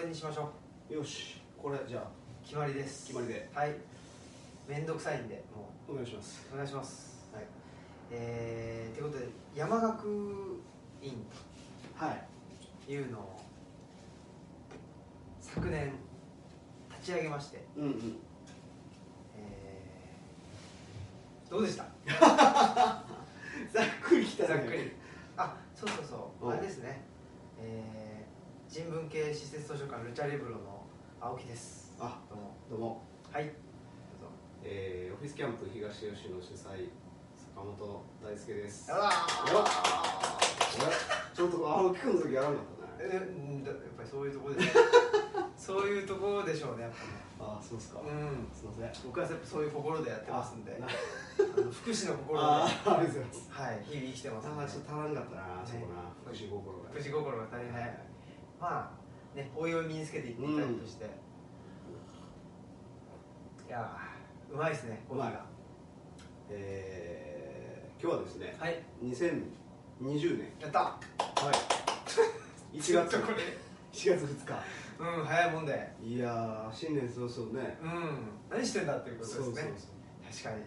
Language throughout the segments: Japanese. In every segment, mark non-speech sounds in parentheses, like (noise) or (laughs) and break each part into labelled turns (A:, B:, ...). A: れにしましょ
B: よしこれじゃあ
A: う決まりです
B: 決まりで
A: はいめんどくさいんでも
B: お願いします
A: うお願いします
B: はい
A: えー、ということで山学院
B: はい
A: というのを昨年立ち上げまして、
B: うんうん
A: えー、どうでした
B: (laughs) ざっくりきた
A: ざっくりあそうそうそう
B: うん
A: あれですねえー、人文系施設図書館ルチャリブロの青木です
B: あ
A: どうも
B: どうも、
A: はい
B: えー、オフィスキャンプ東吉野主催坂本大輔です
A: やだ
B: あらちょっと青木君の時やらなかったね
A: えうんだやっぱりそういうところで
B: (laughs)
A: そういうところでしょうねやっ
B: あそうですか
A: ぱねうん
B: すいませんやっ
A: 僕はやっぱそういう心でやってますんで
B: あ
A: あの福祉の心で
B: あ
A: は
B: ーありがとうございます
A: い日々生きてますんで
B: あーちょっと足らんかったな、そこな
A: ね
B: 福祉心が
A: 福祉心が足りないまあね包容を身につけていっていただくとして、いやーうまいですね
B: うまいなえー、今日はですね
A: はい
B: 2020年
A: やった
B: はい1月
A: ちょ
B: 1
A: っ
B: 月
A: とこれ
B: 2日
A: うん早いもんで
B: いやー新年早々ね
A: うん何してんだっていうことですね
B: そうそう
A: 確かに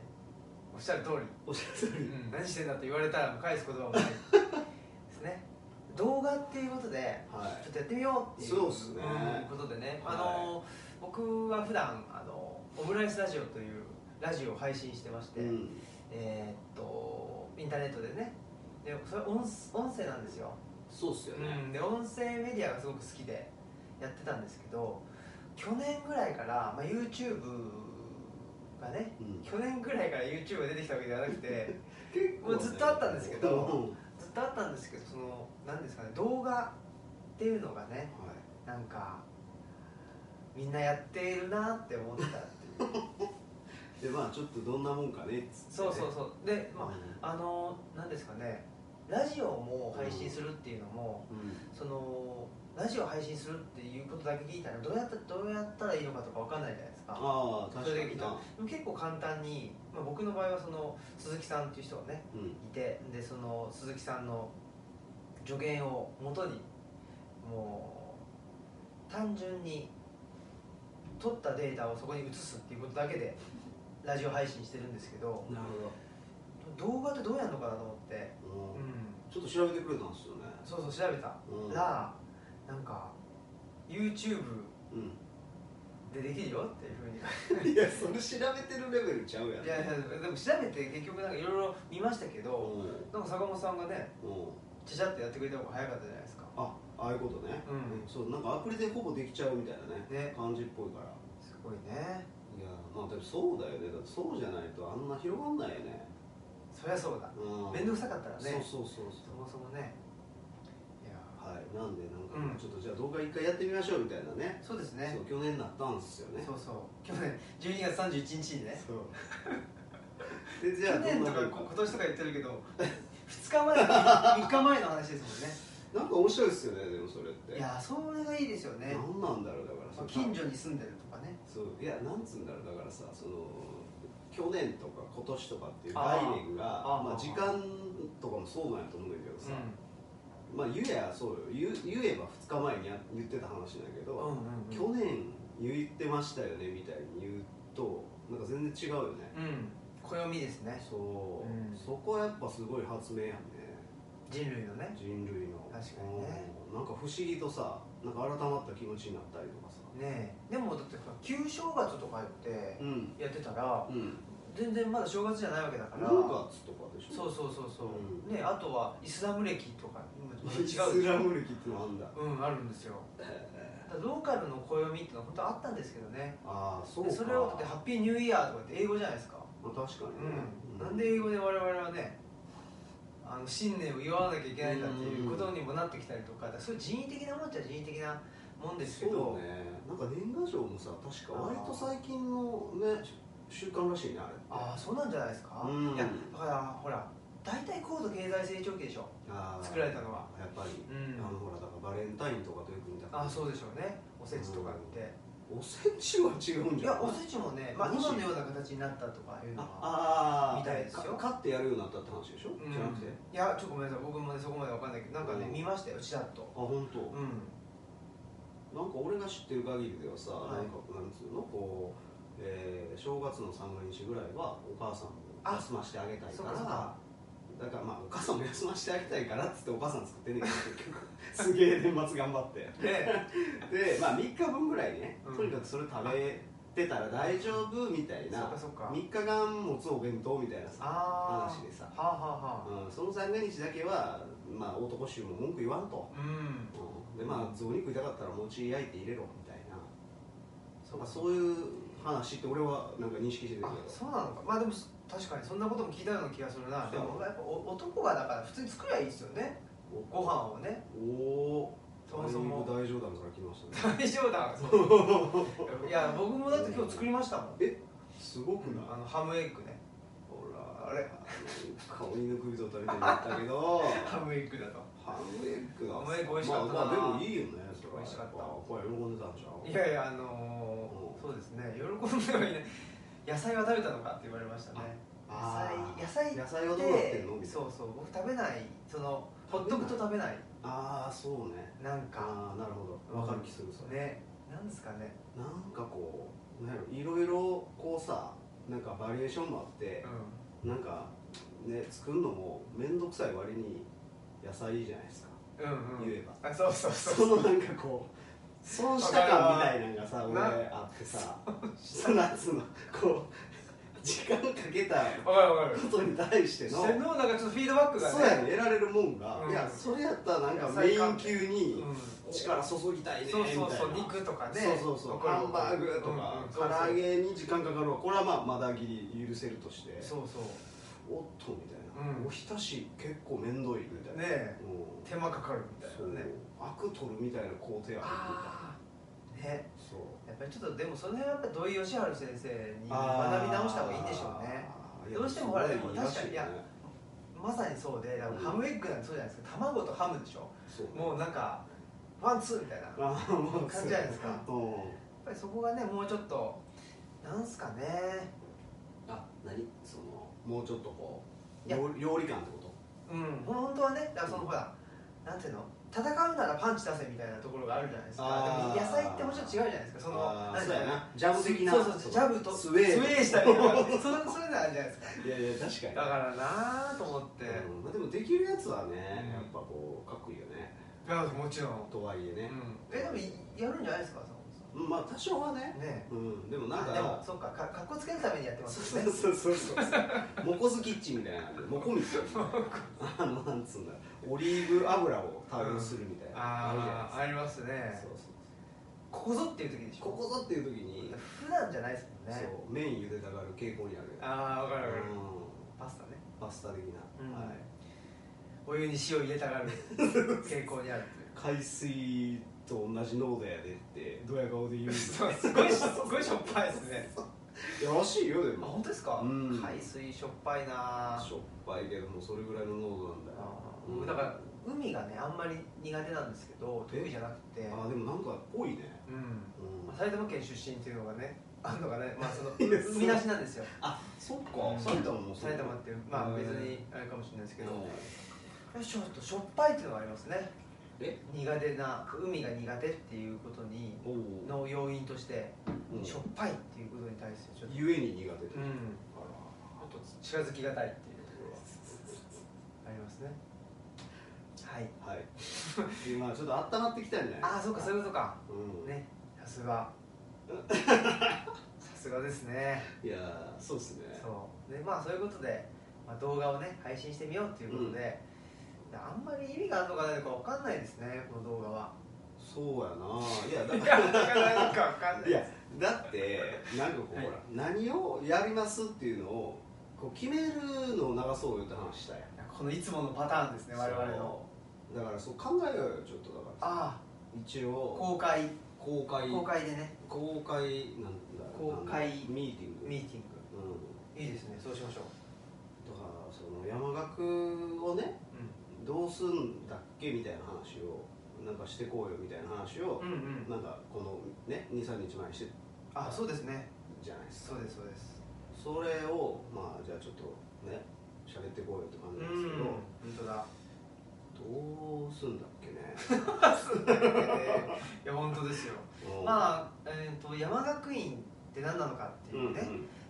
A: おっしゃる通
B: おっしゃる通
A: り、
B: り、
A: うん、何してんだって言われたらもう返す言葉もないですね動画っていうことで
B: はい
A: ちょっとやってみようっていう
B: そうっすね
A: うんことでね、
B: はい
A: あの僕は普段あのオムライスラジオというラジオを配信してまして、
B: うん
A: えーっとインターネットでねでそれ音音声なんですよ、
B: そうっすよね、
A: うん、で音声メディアがすごく好きでやってたんですけど去年ぐらいから、まあ、YouTube がね
B: うん
A: 去年ぐらいから YouTube が出てきたわけじゃなく
B: (laughs)
A: て
B: 結
A: もうずっとあったんですけど
B: うんうんは
A: ずっとあったんですけどその何ですかね動画っていうのがねなんかみんなやっているなって思ったって
B: (laughs)
A: いう
B: い、でまあちょっとどんなもんかねっつってね
A: そうそうそうでまああ
B: う
A: の何ですかねラジオも配信するっていうのも、
B: ん
A: そのラジオ配信するっていうことだけ聞いたらどうやったどうやったらいいのかとかわかんないじゃないですか
B: ああ
A: そ
B: 確
A: れで
B: か
A: 聞い
B: に
A: たら
B: な、
A: でも結構簡単に、まあ、僕の場合はその鈴木さんっていう人がね
B: うん、
A: いてでその鈴木さんの助言をもとにもう単純に取ったデータをそこに移すっていうことだけでラジオ配信してるんですけど
B: なる
A: 動画ってどうやるのかなと思って、
B: ほど、
A: うん、
B: うんちょっと調べてくれたんですよね
A: そうそう調べた
B: うん
A: ら、なんか YouTube
B: う
A: でできるよっていう
B: (laughs)
A: ふうに
B: ん、いやそれ調べてるレベルちゃうやん
A: いやいやでも調べて結局なんかいろいろ見ましたけ
B: う
A: ど、
B: んうん
A: なんか坂本さんがねちゃちゃってやってくれた方が早かったじゃないですか
B: あああいうことね、
A: うん
B: そうなんかアプリでほぼできちゃうみたいなね
A: ね
B: 感じっぽいから
A: すごいね
B: いやまあでもそうだよねだってそうじゃないとあんな広がんないよね
A: そりゃそうだ
B: うん
A: 面倒くさかったらね
B: そうそうそう
A: そ
B: そう
A: もそもねいや
B: はいなんでなんか、
A: うん
B: ちょっとじゃあ動画一回やってみましょうみたいなね
A: そうですね
B: そう去年なったんですよね
A: そうそう去年12月31日にね
B: そうでじゃあ
A: 去年とか
B: どんなもん
A: 今年とか言ってるけ
B: (laughs)
A: ど2日前3日前の話ですもんね
B: なんか面白いですよねでもそれって
A: いやそれがいいですよね
B: なんなんだろうだから
A: ま
B: そ
A: あ
B: の
A: 近所に住んでるとかね
B: そういやなんつうんだろうだからさその去年とか今年とかっていう
A: あ
B: 概
A: ー
B: 念が
A: あー
B: まあ、時間とかもそうなんやと思うんだけどさ、まあ言えやそうよ言う言えば2日前にや言ってた話だけど、
A: うんうん
B: 去年言ってましたよねみたいに言うとなんか全然違うよね
A: うん暦ですね
B: そう、
A: うん
B: そこはやっぱすごい発明やね
A: 人類のね
B: 人類の
A: 確かにね
B: うんなんか不思議とさなんか改まった気持ちになったりとかさ
A: ねえでもだってさ旧正月とかやって
B: うん
A: やってたら
B: うん
A: 全然まだ正月じゃないわけだから
B: 5月とかでしょ
A: そうそうそうそう、
B: うん
A: ねえあとはイスラム歴とか今また違うで
B: イ
A: し
B: ス
A: ょ
B: ラム歴ってのあんだ
A: うんあるんです
B: (laughs)
A: よだからローカルの暦っていうのは本当あったんですけどね
B: ああそう
A: で
B: か
A: それをだってハッピーニューイヤーとかって英語じゃないですか
B: まあ確かにね、
A: うん、なんで英語で我々はねあの新年を祝わなきゃいけないんだっていうことにもなってきたりとかだからそういう人為的なもんっちゃ人為的なもんですけ
B: そ
A: ど
B: う、ねなんか年賀状もさ確か割と最近のねし習慣らしいねあれって
A: ああそうなんじゃないですか、
B: うん
A: いやだからほら大体高度経済成長期でしょ
B: あー
A: 作られたのは
B: やっぱり、
A: うん
B: あのほらだからバレンタインとかとよく見た
A: ああ
B: う
A: そうでしょうねおせちとかって、
B: おせちは違うん
A: い
B: じゃな
A: やお
B: い
A: せちもね、まあ、
B: マジ
A: 今のような形になったとかいうのは
B: ああー
A: みたいですよ
B: か買ってやるようになったって話でし
A: う
B: ょ、
A: ん
B: じゃなくてあ
A: いやちょっとごめんなさい僕もねそこまでわかんないけどなんかね、
B: (laughs) うん
A: 見ましたよちらっと
B: 本当、
A: うん
B: なんか俺が知ってる限りではさ、
A: はい
B: なんかなんつうのこう、えー正月の三が日ぐらいはお母さんも
A: あ
B: 休ましてあげたい
A: そ
B: か
A: うか
B: ら
A: そうか
B: だからまあお母さんも休ましてあげたいからっつってお母さん作ってんねんけど (laughs) 結局すげえ年末頑張って
A: で
B: でまあ3日分ぐらいね、
A: うん
B: とにかくそれ食べてたら大丈夫みたい
A: そっ
B: な
A: かそっか
B: 3日間持つお弁当みたいなさ、
A: ああ
B: 話でさ
A: はあはあはあ
B: うん、その三が日だけは、まあ、男衆も文句言わんと、
A: うん
B: うんでまあ雑肉痛かったら餅焼いて入れろみたいな
A: そ
B: ま
A: う
B: あ
A: か
B: そういう話って俺はなんか認識してるけど
A: あそうなのかまあでも確かにそんなことも聞いたような気がするなでもやっぱお男がだから普通に作りゃいいですよねご飯をね
B: おおー
A: そもそも
B: だいぶ大冗談から来ましたね
A: 大冗談いや僕もだって今日作りましたもん
B: すごくない
A: あのハムエッグね
B: ほら
A: あれ
B: 顔に抜く人食べてもらったけど
A: ハムエッグだと
B: ハムエッグが
A: ハムエッグ美味しかったな
B: まあ、まあ、でもいいよねそれは
A: 美味しかった
B: やぱこれ喜んでたんじゃん
A: いやいやあのーそうですね喜んではいない野菜は食べたのかって言われましたね
B: あ
A: 野
B: ー
A: 菜
B: 野菜はどうなってんのみたいな
A: そうそう僕食べないそのほっとくと食べない
B: ああそうね
A: なんか
B: ああなるほどわかる気するそれ、
A: ねなんですかね
B: なんかこうなんやろいろいろこうさなんかバリエーションもあって、
A: う
B: なんかね作るのも面倒くさい割に野菜いいじゃないですか
A: んうんうん
B: 言え
A: あそうそう
B: そ
A: そう
B: のなんかこう損した感みたいなのがさ
A: わ
B: 俺
A: かるわ
B: あってさそのそのこう時間かけた
A: わかるわかる
B: ことに対しての
A: それのなんかちょっとフィードバックがね
B: そうやね得られるもんが、
A: うん
B: いやそれやったらなんかメイン級に
A: うん
B: 力注ぎたいねみた
A: そ
B: いうな
A: そうそう肉とかね
B: そうそうそう
A: わかる
B: ハンバーグと
A: う
B: か、
A: んうん
B: 唐揚げに時間かかるわこれはまあまだぎり許せるとして
A: そうそう
B: おっとみたいな、
A: うん
B: おひたし結構面倒いみたいな
A: ねえ
B: うん
A: 手間かかるみた
B: そ
A: いうなね
B: アク取るみたいな工程あるみたいな
A: ああね
B: そう
A: やっぱりちょっとでもその辺はやっぱ土井善晴先生に学び直した方がいいんでしょうね
B: あー
A: どうしてもほら
B: い
A: で
B: や
A: も
B: すごいらし
A: 確か
B: い
A: にいやまさにそうでだからハムエッグなんてそうじゃないですか卵とハムでしょ
B: そう
A: もうなんかワンツーみたいなやっ
B: あーもう
A: 感じじゃないですか
B: うん
A: ぱりそこがねもうちょっとなんすかね
B: あ何そのもうちょっとこう
A: いや
B: 料理料理感ってこと
A: うんほん本当はねだからそのほらなんていうの戦うならパンチ出せみたいなところがあるじゃないですか
B: あー
A: でも野菜ってもちろん違うじゃないですかその
B: あー
A: なん
B: そ
A: て
B: う
A: い
B: や
A: の
B: なジャブ的な
A: そうそうそうジャブと
B: スウェー
A: したりとかねそれそれなんじゃないですか
B: いやいや確かに
A: だからなーと思って、
B: うんまあ、でもできるやつはね、
A: うん
B: やっぱこうかっこいいよね
A: いやもちろん
B: とはいえね、
A: えでもやるんじゃないですかそ
B: うんまあ多少はね
A: のね
B: うんでもなん
A: あでも
B: か
A: そっかかかっこつけるためにやってます
B: そ
A: よ
B: う
A: ね
B: そうそうそうモコズキッチンみたいなモコミッチンみたいなあのなんつうんだオリーブ油を多用するみたいな、るじゃないで
A: あ
B: すか
A: あありますね
B: そうそう
A: ここぞっていう時でしょ
B: ここぞっていう時に、
A: 普段じゃないですもん
B: そ
A: ね
B: う麺茹でたがる傾向にある
A: ああ分かる分かる
B: う
A: パスタね、
B: んパスタ的な、
A: は
B: はいい、
A: お湯に塩入れたが
B: (laughs)
A: る傾向にあるっていう
B: 海水と同じ濃度やでってドヤ顔で言
A: (laughs)
B: う
A: そうすごいしすごいしょっぱいですね
B: いやらしいよで
A: あ
B: も
A: 本当ですか、
B: うん
A: 海水しょっぱいな
B: しょっぱいけどもうそれぐらいの濃度なんだよ
A: あ
B: う
A: ー
B: ん
A: だから海がねあんまり苦手なんですけど得意じゃなくて
B: あーでもなんかっぽいね、
A: うん
B: うん
A: まあ、埼玉県出身っていうのがねあんのがね、
B: (laughs)
A: まあ、その
B: いやそう
A: 海なしなんですよ
B: あそっか
A: うん
B: 埼玉もそう
A: 埼玉ってま
B: う
A: あ
B: ん
A: 別にあれかもしれないですけど、
B: うん
A: ちょっとしょっぱいっていうのはありますね
B: え
A: 苦手な海が苦手っていうことに
B: おお
A: の要因として、しょっぱいっていうことに対してちょっと、
B: ゆえに苦手
A: うん、
B: あ
A: ちょっと近づきがたいっていうところはありますねはい
B: らはい今ちょっと温まってきたんじゃない
A: ああそうかそういうことか
B: うん
A: ねさすがさすがですね
B: いやーそうですね
A: そうでまあそういうことで、まあ、動画をね配信してみようっていうことで、であんまり意味があるのかないのかわかんないですねこの動画は
B: そうやないやだ
A: いやなんかわかんない
B: (laughs) いやだってなんかこうほら、
A: はい
B: 何をやりますっていうのをこう決めるのを流そうよって話したやん
A: このいつものパターンですね我々の
B: そうだからそう考えようよちょっとだから
A: あ
B: 一
A: あ
B: 応
A: 公開
B: 公開
A: 公開でね
B: 公開なんだ
A: 公開
B: なんだミーティング
A: ミーティン
B: う、
A: グいいですねそうしましょうん
B: だからその山岳をねどうすんだっけみたいな話をなんかしてこうよみたいな話を、
A: うんうんうん
B: なんかこのね23日前にして
A: あそうですね
B: じゃないですか
A: そうですそうです
B: それをまあじゃあちょっとね喋ってこうよって感
A: うん
B: じ (laughs) なんですけど、
A: 本当だ
B: どうすんだっけね
A: (laughs) いや本当ですよ
B: うん
A: まあ、えー、と山学院って何なのかって
B: う
A: い
B: んう
A: うんね、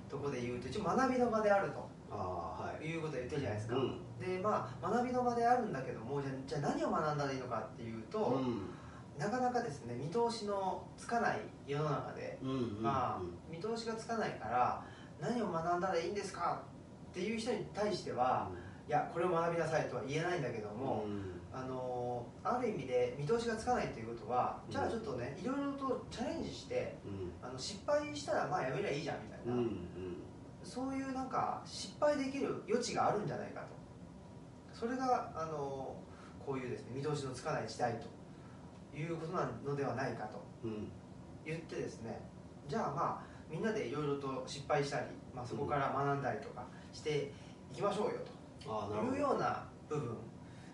A: とこで言うと一応学びの場である
B: ああは
A: と
B: い
A: いうことを言ってるじゃないです
B: う
A: か、
B: ん
A: でまあ学びの場であるんだけどもじゃあじゃあ何を学んだらいいのかっていうと、
B: うん
A: なかなかですね見通しのつかない世の中で、
B: うんうん
A: まあ見通しがつかないから何を学んだらいいんですかっていう人に対しては、いやこれを学びなさいとは言えないんだけど
B: うん
A: も、
B: うん
A: あのある意味で見通しがつかないということは、
B: うん
A: じゃあちょっとねいろいろとチャレンジして
B: うん
A: あの失敗したらまあやめりゃいいじゃんみた
B: う
A: い
B: ん
A: な、
B: うん
A: そういうなんか失敗できる余地があるんじゃないかとそれがあのこういうですね見通しのつかない時代ということなのではないかと
B: うん
A: 言ってですねじゃあまあみんなでいろいろと失敗したり、まあ、そこから学んだりとかしていきましょうよ
B: ああなる
A: と
B: ほ
A: いう
B: ど
A: ような部分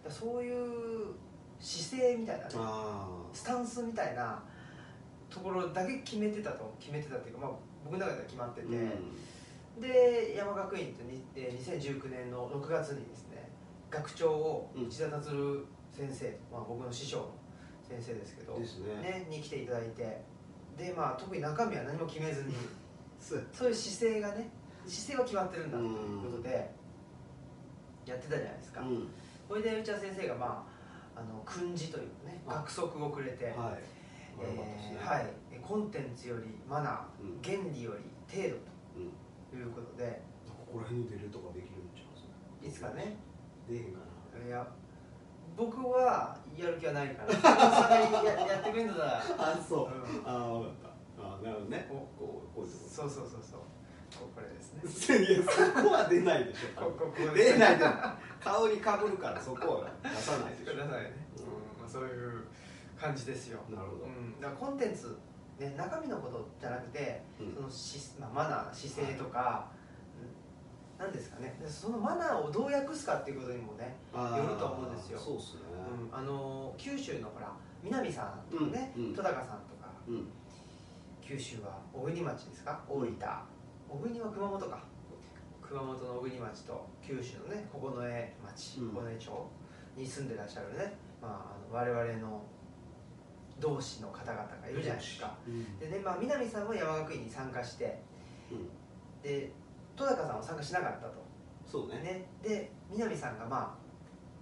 A: だそういう姿勢みたいなね
B: あ
A: スタンスみたいなところだけ決めてたと決めてたっていうか、まあ、僕の中では決まって
B: あ
A: て、
B: うん
A: で山学院ってにえー2019年の6月にですね学長を
B: うん
A: 内田達郎先生、まあ、僕の師匠の先生ですけど
B: ですね
A: ね、に来ていただいてでまあ特に中身は何も決めず
B: (laughs)
A: に
B: す
A: そういう姿勢がね姿勢は決まってるんだということでやってたじゃないです
B: う
A: か、
B: ん
A: それで内田先生がまああの訓示というね
B: あ
A: 学則をくれて、
B: はい
A: え
B: これよかったですね
A: ーはい、コンテンツよりマナ
B: うん
A: ー原理より程度
B: うん
A: ということで
B: なんかここら辺に出るとかできるんちゃうそれ
A: いつかね
B: 出えへんかない
A: や僕はやる気はないから
B: (laughs)
A: それややってくれんのだら
B: あそう、
A: うん
B: ああ分かったああなるほどね
A: お
B: こうこういうと
A: そ
B: こ
A: うそうそうそうここれですね
B: いやそこは出ないでしょ
A: ここここ
B: 出ないで顔にかぶるからそこは出さないでし
A: く
B: ょ
A: ださいね、うんまあ、そういう感じですよ、
B: なるほど、
A: うん、だからコンテンツ、ね、中身のことじゃなくて
B: うん
A: そのし、まあ、マナー姿勢とか、うんなんですかねでそのマナーをどう訳すかっていうことにもね、
B: あー
A: よると思うんですよ
B: そうっすね
A: うんあの九州のほら南さんとかね、
B: うんうん
A: 戸高さんとか
B: うん、
A: 九州は小国町ですか大分小国は熊本か熊本の小国町と九州のね九重町
B: うん
A: 九重町に住んでらっしゃるね、まあ、あの我々の同志の方々がいるじゃないですか
B: うん
A: でね、まあ、南さんも山学院に参加して
B: うん
A: で戸高さんは参加しなかったと
B: そうね
A: ね、で南さんがま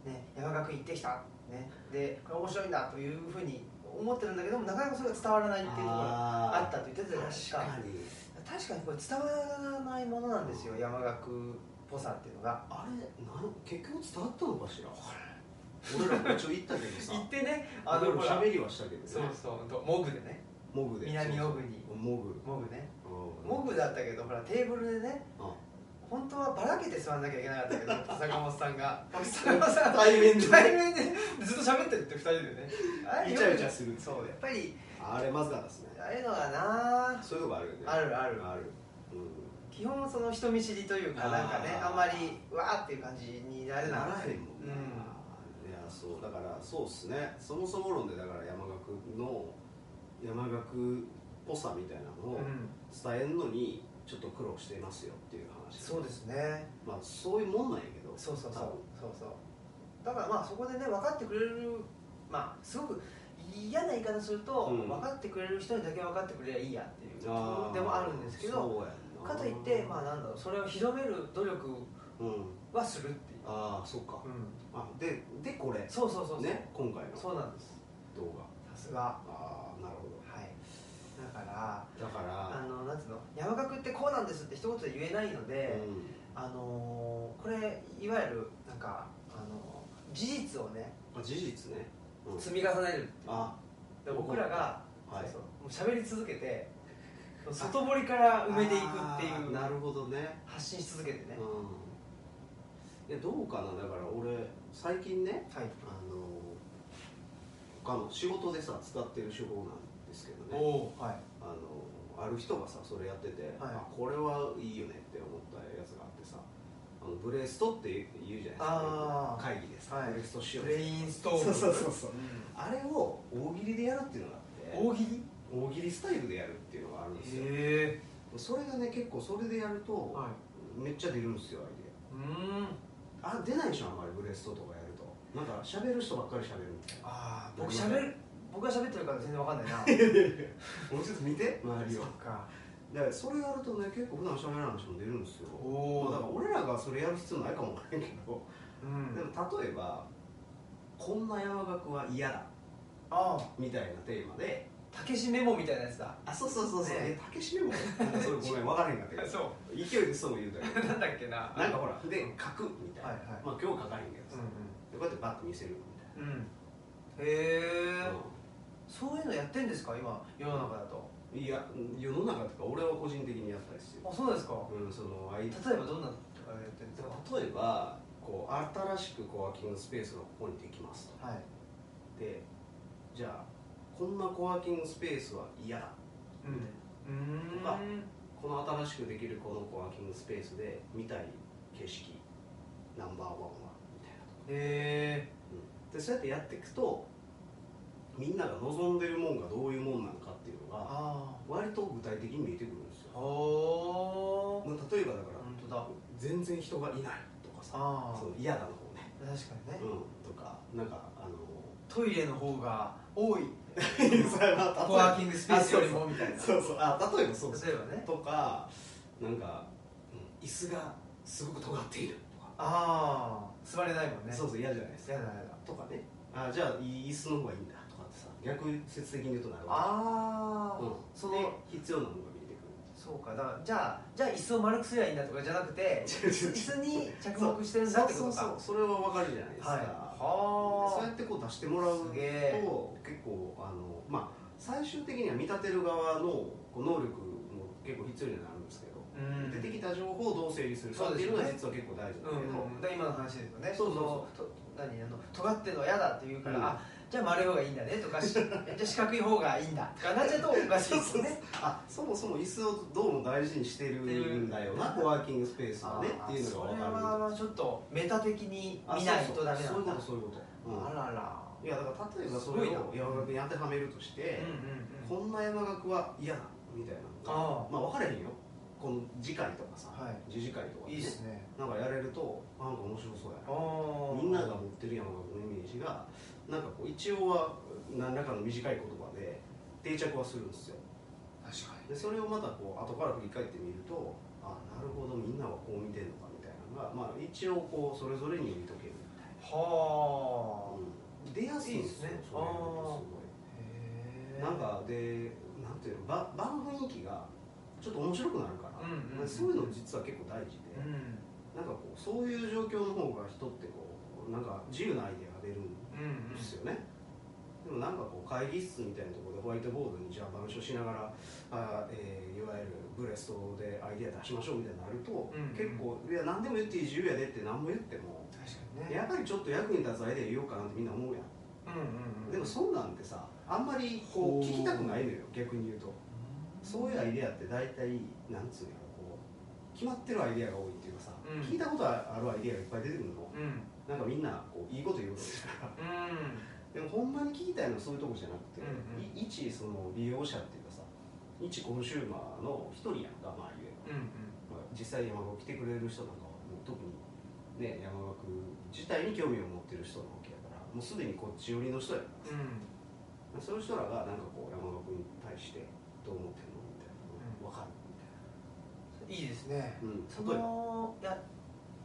A: あ、ね、山学院行ってきた、ね、でこれ面白いんだというふうに思ってるんだけどもなかなかそれが伝わらないっていうところがあ
B: あ
A: ったと言ってたじゃないです
B: ー
A: か
B: 確かに
A: 確かにこれ伝わらないものなんですよ山学っぽさっていうのが
B: あれなん結局伝わったのかしら俺ら一応言ったけどさ
A: 行ってねあ
B: あ
A: の
B: の
A: ほら
B: 喋りはしたけどね
A: そうそうとモグでね
B: モグで
A: 南オグに
B: そうそうモグ
A: モグね
B: うん
A: モグだったけどほらテーブルでね
B: あ
A: 本当はばらけて座んなきゃいけなかったけ
B: (laughs)
A: ど坂本さんが僕坂本さんと
B: 対面で
A: 対面でずっと喋ってるって2人でねあれ
B: イチャイチャする
A: そうやっぱり
B: あれまずかったですね
A: ああいうのがなあ
B: そういうとこあるよね
A: あるある
B: あるうん
A: 基本その人見知りというか
B: あー
A: なんかねあんまりわーっていう感じにな
B: あ
A: れ
B: れ
A: な
B: ないらへんもんな、いやそうだからそうっすねそもそも論でだから山岳の山岳っぽさみたいなの
A: う
B: を
A: ん
B: 伝えるのにちょっと苦労してますよっていう話
A: そうですね
B: まあそういうもんなんやけど
A: そうそうそうそうそうだからまあそこでね分かってくれるまあすごく嫌な言い方すると、
B: うん
A: 分かってくれる人にだけ分かってくれりゃいいやっていう
B: 多分ー
A: でもあるんですけど
B: そうやんな
A: かといってまあなんだろうそれを広める努力
B: うん
A: はするっていう、
B: ああそうか、
A: うん、
B: あででこれ
A: そうそうそうそう、
B: ね今回の
A: そうなんです
B: 動画
A: さすがは
B: ああなるほど
A: いだから
B: だか
A: あ
B: ら
A: のなんつうの山岳ってこうなんですって一言で言えないので、
B: うん
A: あのーこれいわゆるなんか、あのー事実をね
B: あ事実ね、うん
A: 積み重ねるっていう
B: あ
A: で僕らが、
B: はい
A: そうそうもう喋り続け (laughs) て外堀から埋めていくって
B: あ
A: い
B: ー
A: う
B: なるほどね
A: 発信し続けてね、
B: うんいやどうかなだから俺最近ね
A: はい
B: あの他の仕事でさ使ってる手法なんですけどね
A: おはい
B: あのある人がさそれやってて、あこれはいいよねって思ったやつがあってさあのブレストって言うじゃないです
A: あ
B: か
A: ー
B: 会議でさ、
A: はい
B: ブレストしよう
A: ブレインストーム
B: そうそうそうそう
A: う
B: あれを大喜利でやるっていうのが
A: ん
B: あって
A: 大喜利
B: 大喜利スタイルでやるっていうのがあるんですよ
A: へえ
B: それがね結構それでやると、
A: はい
B: めっちゃ出るんですよアイデア
A: うーん
B: あ出ないでしょあんまりブレストとかやるとなんか喋る人ばっかり喋るみたい
A: (laughs)
B: な
A: ああ僕喋る僕が喋ってるから全然わかん (laughs) ないな
B: もうちょっと見て周りを
A: そっか
B: だからそれやるとね結構普段喋らない人も出るんですよ
A: おー
B: だから俺らがそれやる必要ないかもわからんけど、
A: う
B: で
A: ん
B: も例えばこんな山岳は嫌だ
A: ああ
B: みたいなテーマで
A: たけしメモみたいなやつだ
B: あそうそうそうそう、
A: ね
B: え竹締めもなんかそれごめん分からへんかったけど
A: (laughs) (laughs) そ
B: 勢いでそう言うたけ
A: うなんだっけな
B: どなんかほらで書くみたいな、
A: はいはい
B: まあ今日書かへんけどさ、でこうやってバッと見せるみた
A: うんうんうんへえ、
B: いな、
A: そういうのやってんですか今世の中だと
B: うんいや世の中とか俺は個人的にやったりしてる、
A: あそうですか
B: うん、そのあい
A: 例えばどんなとかやってるんですか
B: 例えばこう新しくコワーキングスペースがここにできますと
A: はい
B: でじゃあこんなコワーキングスペースは嫌だ
A: うんうーん
B: あこの新しくできるこのコワーキングスペースで見たい景色ナンバーワンはみたいなとか、
A: へ
B: うん、でそうやってやっていくとみんなが望んでるもんがどういうもんなのかっていうの
A: ー、
B: が
A: あ
B: 割と具体的に見えてくるんです
A: あ
B: よ
A: おー
B: もう例えばだか
A: 本
B: ら
A: 当だ
B: 全然人がいないとかさ
A: あ
B: そ
A: あ
B: の嫌だの方ね
A: 確かにね、
B: うん、とかなんかあの
A: トイレの方が多 (laughs) い
B: それは例えば
A: コワーキングスペースよりもみたいな
B: そうそうあ例えばそうです
A: 例えばね
B: とかなんか、うん椅子がすごく尖っているとか、
A: ああ座れないもんね
B: そうそう嫌じゃないですか
A: やだやだ
B: とかねあじゃあいい椅子の方がいいんだとかってさ逆説的に言うとなるわ
A: ああ、
B: け、うん、
A: そ
B: そ
A: の
B: の必要なものが見えてくる
A: そうかだからじゃあじゃあ椅子を丸くすりゃいいんだとかじゃなくて
B: 違う違う
A: 椅子に着目してるんだってことか
B: (laughs) そうそうそうそれはわかるじゃないですか、
A: はい
B: そう
A: は
B: やってこう出してもらうと
A: す
B: 結
A: げえ
B: 構あのまあ最終的には見立てる側のこう能力も結構必要にはなるんですけど、
A: あうん
B: 出てきた情報をどう整理するかっていうのが実は結構大事
A: うん
B: なんだけど、
A: うん、で今の話ですよね
B: そうそう
A: そのと何あの尖ってるのは嫌だって言うから、
B: うん
A: あじゃあ丸い方がいいんだねと
B: (laughs)
A: かしじゃあ四角い方がいいんだとかなっちゃうとおかしいですよね
B: あそもそも椅子をどうも大事にしてるんだよな
A: って
B: コワーキングスペースはね
A: あ
B: って
A: ー
B: いうの
A: そ
B: が分
A: れ
B: かる
A: はちょっとメタ的に
B: あ
A: 見ないとダメな
B: そうん
A: だ
B: そうそういうことそういうこと、
A: あ
B: うん
A: らら
B: いやだから例えばそれ
A: すごいな
B: を山岳に当てはめるとし
A: う
B: て、
A: んうんうん
B: こんな山岳は嫌だみたいなの
A: あ
B: が
A: ー
B: まあ分かれへんよこの次回とかさ
A: は
B: 次次回とか
A: いいいですね
B: なんかやれるとあなんか面白そうや
A: あ
B: な
A: ー
B: みんなが持ってる山岳のイメージがなんかこう一応は何らかの短い言葉で定着はするんですよ
A: 確か
B: でそれをまたこう後から振り返ってみるとあなるほどみんなはこう見てるのかみたいなのが、まあ、一応こうそれぞれに読み解けるみたい
A: にはあ、
B: な、出やすいんですよ
A: いいですね
B: それ
A: へえ
B: がすごいなんかでなんていうの場場の雰囲気がちょっと面白くなるから、
A: うんうんうん
B: でそういうの実は結構大事で、
A: うん
B: なんかこうそういう状況の方が人ってこうなんか自由なアイデアが出るんで
A: うんうん
B: ですよね、でもなんかこう会議室みたいなところでホワイトボードにじゃあ板書しながらあー、えーいわゆるブレストでアイデア出しましょうみたいになると、
A: んうん
B: 結構いや何でも言っていい自由やでって何も言っても
A: 確かにね
B: やっぱりちょっと役に立つアイデア言おうかなってみんな思うやん、
A: うんうんうん
B: でもそんなんってさあんまり
A: ほう
B: こう聞きたくないのよ逆に言うと
A: うん
B: そういうアイデアって大体なんつうのやろこう決まってるアイデアが多いっていうかさ、
A: うん
B: 聞いたことあるアイデアがいっぱい出てくるの
A: うんうん
B: なんかみんなこういいこと言うことですから (laughs) でもほんまに聞きたいのはそういうとこじゃなくて、
A: うんうん
B: い一その利用者っていうかさ一コンシューマーの一人やんかまあ言え
A: うん
B: ば、まあ、実際山岳来てくれる人なんかはもう特にね山岳自体に興味を持ってる人なわけやからもうすでにこっち寄りの人やから
A: うんうん
B: そういう人らがなんかこう山岳に対してどう思ってるのみたいなの分かるみたいな、
A: いいですね
B: うん、
A: そ
B: 例えば、
A: のいや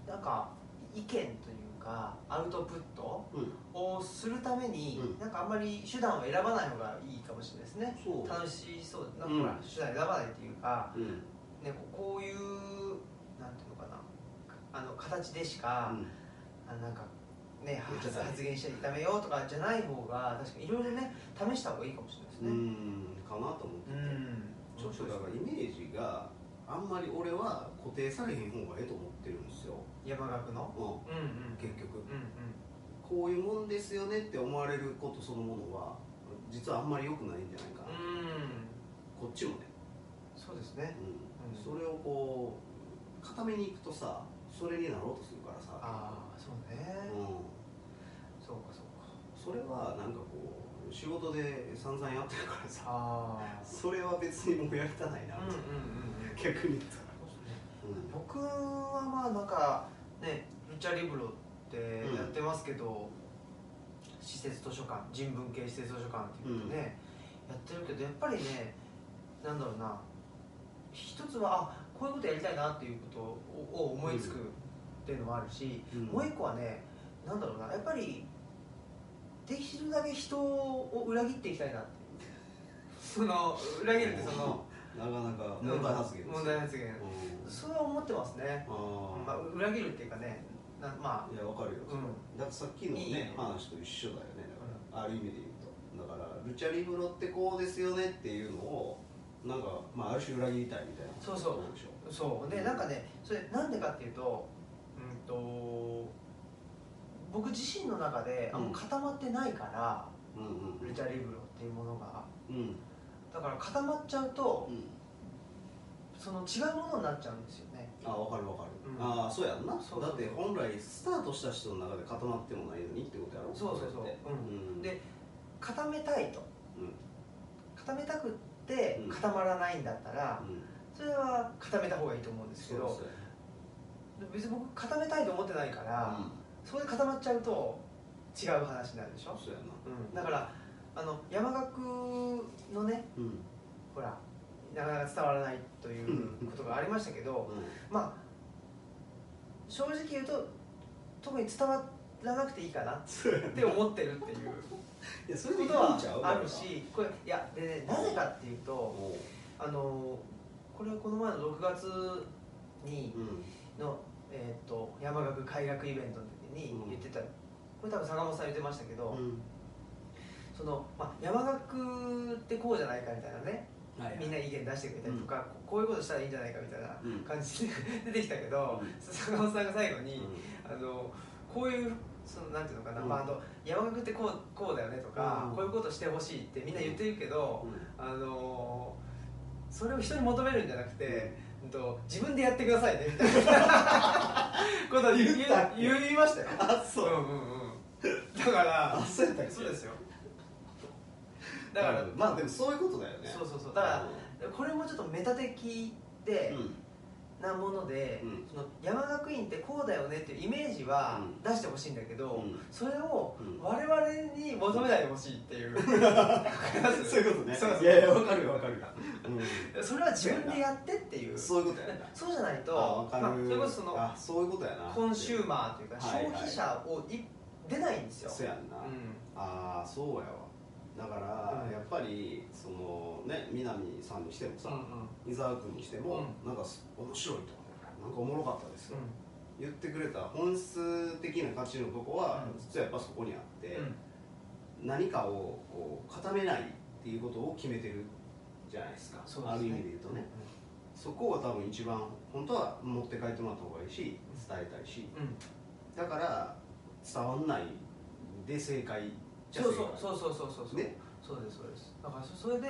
A: なんか意見というかアウトプット
B: うん、
A: をするために、
B: うん
A: なんかあんまり手段を選ばない方がいいかもしれないですね
B: そう
A: 楽しそうなん
B: うん
A: かほら手段選ばないっていうか、
B: うん
A: ね、ここういうなんていうのかなあの形でしか、
B: うん
A: あなんかね
B: 言っちゃダメ
A: 発言しちゃダメよとかじゃない方が確かにいろいろね試した方がいいかもしれないです
B: う
A: ね
B: んかなと思ってて、ちょっとだからイメージがあんまり俺は固定されへん方がええと思ってるんですよ、
A: 山岳の
B: う
A: うんうん
B: ん、結局
A: うん
B: こういうもんですよねって思われることそのものは実はあんまり良くないんじゃないかな、
A: うんうん
B: こっちもね、
A: そうですね
B: うん
A: うん
B: それをこう固めにいくとさそれになろうとするからさ、
A: ああそうね
B: うん、
A: そうかそうか
B: それはなんかこう仕事で散々やってるからさ
A: ああ
B: それは別にもうやりたないな
A: うんうんう
B: み
A: ん
B: たいな、
A: うん
B: 逆に言ったら、
A: そうですね
B: うん
A: 僕はまあなんかねルチャリブロってやってますけど、施設図書館人文系施設図書館っていうことで、やってるけどやっぱりねなんだろうな一つはあこういうことやりたいなっていうことをを思いつくっていうのもあるし、
B: うん
A: もう一個はねなんだろうなやっぱりできるだけ人を裏切っていきたいなっていうその裏切るってその
B: なかなか (laughs) 問題発言です
A: 問題発言
B: うん
A: それは思ってますね、まあ
B: あ、
A: 裏切るっていうかねなま
B: あいやわかるよ、
A: あうん
B: だってさっきのね
A: いいね
B: 話と一緒だよねだから、ある意味で言うとだからルチャリブロってこうですよねっていうのをなんか、まあ、ある種裏切りたいみたいな
A: そうそう
B: ことでしょ
A: そうで
B: うん
A: なんかねそれなんでかっていうと,、うん、と僕自身の中であ
B: うん
A: の固まってないから、
B: うん
A: ルチャリブロっていうものが
B: うんうん
A: だから固まっちゃうと
B: うん
A: その違うものになっちゃうんですよね
B: あわかるわかる、
A: うん
B: ああそうやんな
A: そうそう
B: だって本来スタートした人の中で固まってもないのにってことやろ
A: そうそうそう
B: れって
A: うん
B: うん
A: で固めたいと
B: うん
A: 固めたくって
B: うん
A: 固まらないんだったら、
B: うん
A: それは固めた方がいいと思うんですけど
B: そう
A: 別に僕固めたいと思ってないか
B: や
A: ら、
B: うん
A: それで固まっちゃうと違う話になるでしょ、
B: そうやな
A: うん、だからあの山岳のね
B: うんうん
A: ほらなかなか伝わらないということがありましたけどまあ正直言うと特に伝わらなくていいかなっ
B: そうやな
A: て思ってるっていう (laughs)
B: いやそれでい
A: こ
B: いん
A: と
B: ち
A: は
B: ゃう
A: あるしこれいやでねなぜかっていう
B: お
A: と
B: う
A: あのこれはこの前の6月に
B: うん
A: の、えー、と山岳開学イベントの時に言ってた、これ多分坂本さん言ってましたけど、
B: うん
A: そのまあ、山岳ってこうじゃないかみたいなね
B: はいはい
A: みんな意見出してくれたりとか、ここういうことしたらいいんじゃないかみたいな
B: うん
A: 感じで出てきたけど、
B: うん
A: 坂本さんが最後に、
B: うん
A: あのこういうそのなんていうのかな、
B: うん
A: まあ、あの山岳ってこうこうだよねとか、
B: うん
A: こういうことしてほしいってみんな言ってるけど、
B: うん
A: あのそれを人に求めるんじゃなくて、うんと自分でやってくださいねみたいな
B: (laughs)
A: ことを言う
B: 言ったっけ
A: 言う言いましたよ。
B: あ
A: う
B: そ
A: ん
B: う
A: うんうん、だから
B: あそうやったっけ
A: そうですよだから、
B: うんまあでもそういうことだよね
A: そうそうそうだかこれもちょっとメタ的で
B: うん
A: なもので、
B: うん
A: その山学院ってこうだよねっていうイメージは
B: うん
A: 出してほしいんだけど、
B: うん
A: それを
B: うん
A: 我々に求めないでほしいって
B: (laughs)
A: いう、
B: (laughs) そういうことね
A: そうそう
B: やいやわかるわかる
A: それは自分でやってっていううん
B: そういうことやな
A: そうじゃないと
B: あわかる、
A: まあ、それこそその
B: あそういうことやな
A: コンシューマーというか
B: はい
A: 消
B: はい
A: 費者をい、出ないんですよ
B: そやんな、
A: う
B: ああそうやわだから、
A: うん
B: やっぱりそのね南さんにしてもさ、
A: んうんうん
B: 伊沢君にしても、
A: うん
B: なんかす面白いとなんかおもろかったですよ、
A: う
B: 言ってくれた本質的な価値のとこは、
A: うん
B: 実はやっぱそこにあって、
A: ん
B: 何かをこう固めないっていうことを決めてるじゃないですか
A: そう
B: あ
A: ですね
B: る意味で言うとねそこを多分一番本当は持って帰ってもらった方がいいし伝えたいし
A: うんうん
B: だから伝わんないで正解じゃ
A: そう
B: 正解
A: そうそうそうそうそうそう、
B: ね
A: そうですそうですだからそそれで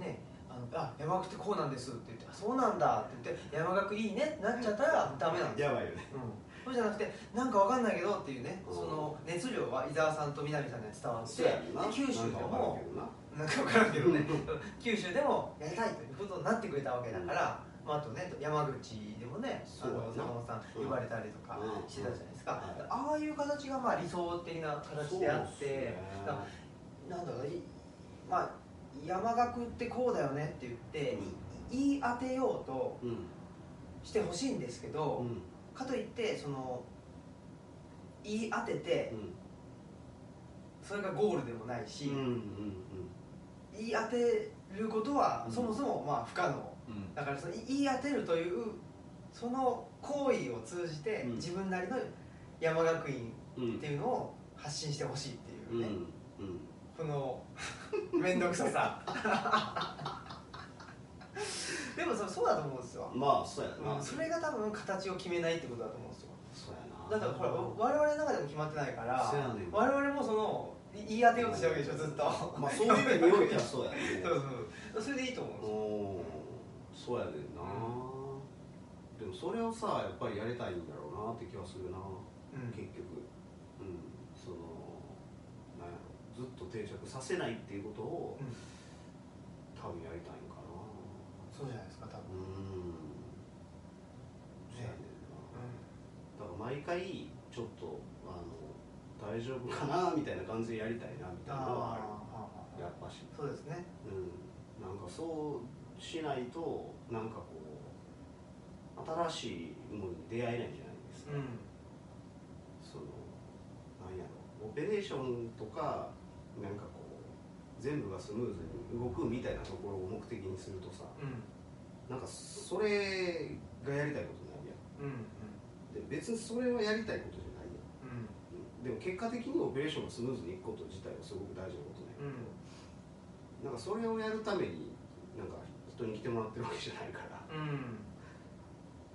A: ねあのあ山岳ってこうなんですって言ってあそうなんだって言って山岳いいねってなっちゃったらダメなんですよ、
B: やばいよね
A: うん、そうじゃなくてなんかわかんないけどっていうね
B: うん
A: その熱量は伊沢さんと南さんには伝わって
B: そうやんな
A: で九州で
B: なんかわか
A: も
B: るけど
A: な
B: な
A: んかわからんけどね
B: う
A: 九州でもやりたいということになってくれたわけだから、まあ、あとね山口でもねあ
B: そう
A: の
B: やな
A: 坂本さん
B: うん
A: 呼ばれたりとか
B: うん
A: してたじゃないですか、
B: うん
A: ああいう形がまあ理想的な形であって
B: そうすね
A: だからなんだろういまあ山岳ってこうだよねって言って、言い当てようと
B: うん
A: してほしいんですけど、
B: うん
A: かといってその言い当ててそれがゴールでもないし、
B: うんうんうん
A: 言い当てることは
B: うん
A: そもそもまあ不可能、
B: うん
A: だからその言い当てるというその行為を通じて
B: うん
A: 自分なりの山学院
B: うんうん
A: っていうのを発信してほしいっていうね、
B: うん
A: この (laughs) 面倒くさ
B: (laughs)
A: さでもそそうだと思うんですよ、
B: まあそうやな、
A: うんそれが多分形を決めないってことだと思うんですよ
B: そうやな
A: だからほら我々の中でも決まってないから
B: そうやねん
A: 我々もそのい言い当てようとしてるわけでしょずっと
B: まあそういう意味においてはそうやね
A: (laughs) そうそうそれでいいと思うんですよ
B: おーそうやねんな、でもそれをさやっぱりやりたいんだろうなって気はするな、
A: うん
B: 結局うんそのなんやろずっと定着させないっていうことを
A: うん
B: 多分やりたいんかな
A: そうじゃないですか多
B: う
A: 分、
B: んそうやねんなだから毎回ちょっとあの大丈夫かなみたいな感じでやりたいなみたいなのはある
A: あ
B: やっぱし、
A: ーそうですね
B: うん、なんかそうしないとなんかこう新しいものに出会えないじゃないですか、
A: うん
B: そのなんやろオペレーションとかなんかこう全部がスムーズに動くみたいなところを目的にするとさなんかそれがやりたいことな
A: う
B: いやん
A: んうん
B: で別にそれはやりたいことじゃないやん
A: うん
B: うんでも結果的にオペレーションがスムーズにいくこと自体はすごく大事なことね、なんかそれをやるためになんか人に来てもらってるわけじゃないからだか
A: うんうん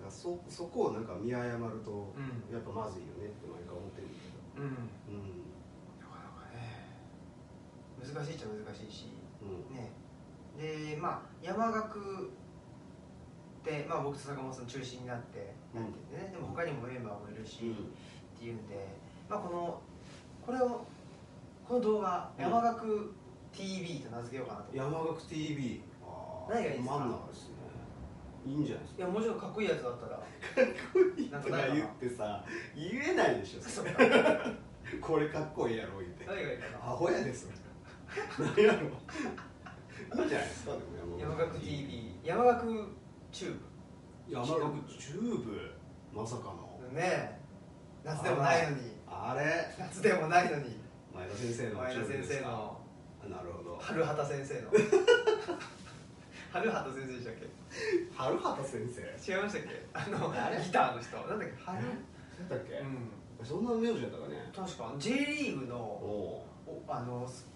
B: らそそこをなんか見誤ると
A: うん
B: やっぱまずいよねって毎回思ってるんだけど
A: うん
B: うん
A: なかなかね難しいっちゃ難しいし
B: うん
A: ねでまあ山岳で、まあ、僕と坂本さん中心になって
B: うん
A: なっててね、でも他にもメンバーもいるし、
B: うん
A: っていうんで、まあ、このこれをこの動画
B: うん
A: 山岳 TV と名付けようかなと、い
B: 山岳 TV あー
A: 何がいいですか
B: 真ん中ですねいいんじゃないです
A: やもちろんかっこいいやつだったら
B: かかっこいい
A: なん
B: と
A: か
B: か
A: ないかな
B: 言ってさ言えないでしょ
A: そうか
B: これかっこいいやろ言って
A: 誰がいいか
B: ア
A: な
B: ホやです何やろいいんじゃないですかでも
A: 山岳 TV 山岳チュー
B: 山岳チューブまさかの
A: ブね夏でもないのに
B: あれ
A: 夏でもないのに
B: 前田先生の
A: 前
B: チ
A: 田
B: ューブ
A: 先
B: です
A: 生
B: か
A: の
B: なるほど
A: 春畑先生の (laughs) 春畑先生でしたっ
B: 春畑先生
A: け違いましたっけあの
B: 誰
A: ギターの人なんだっけ春
B: だっけ
A: う、ん
B: そんな名字やったかね
A: 確か J リーグの
B: おお
A: おあのす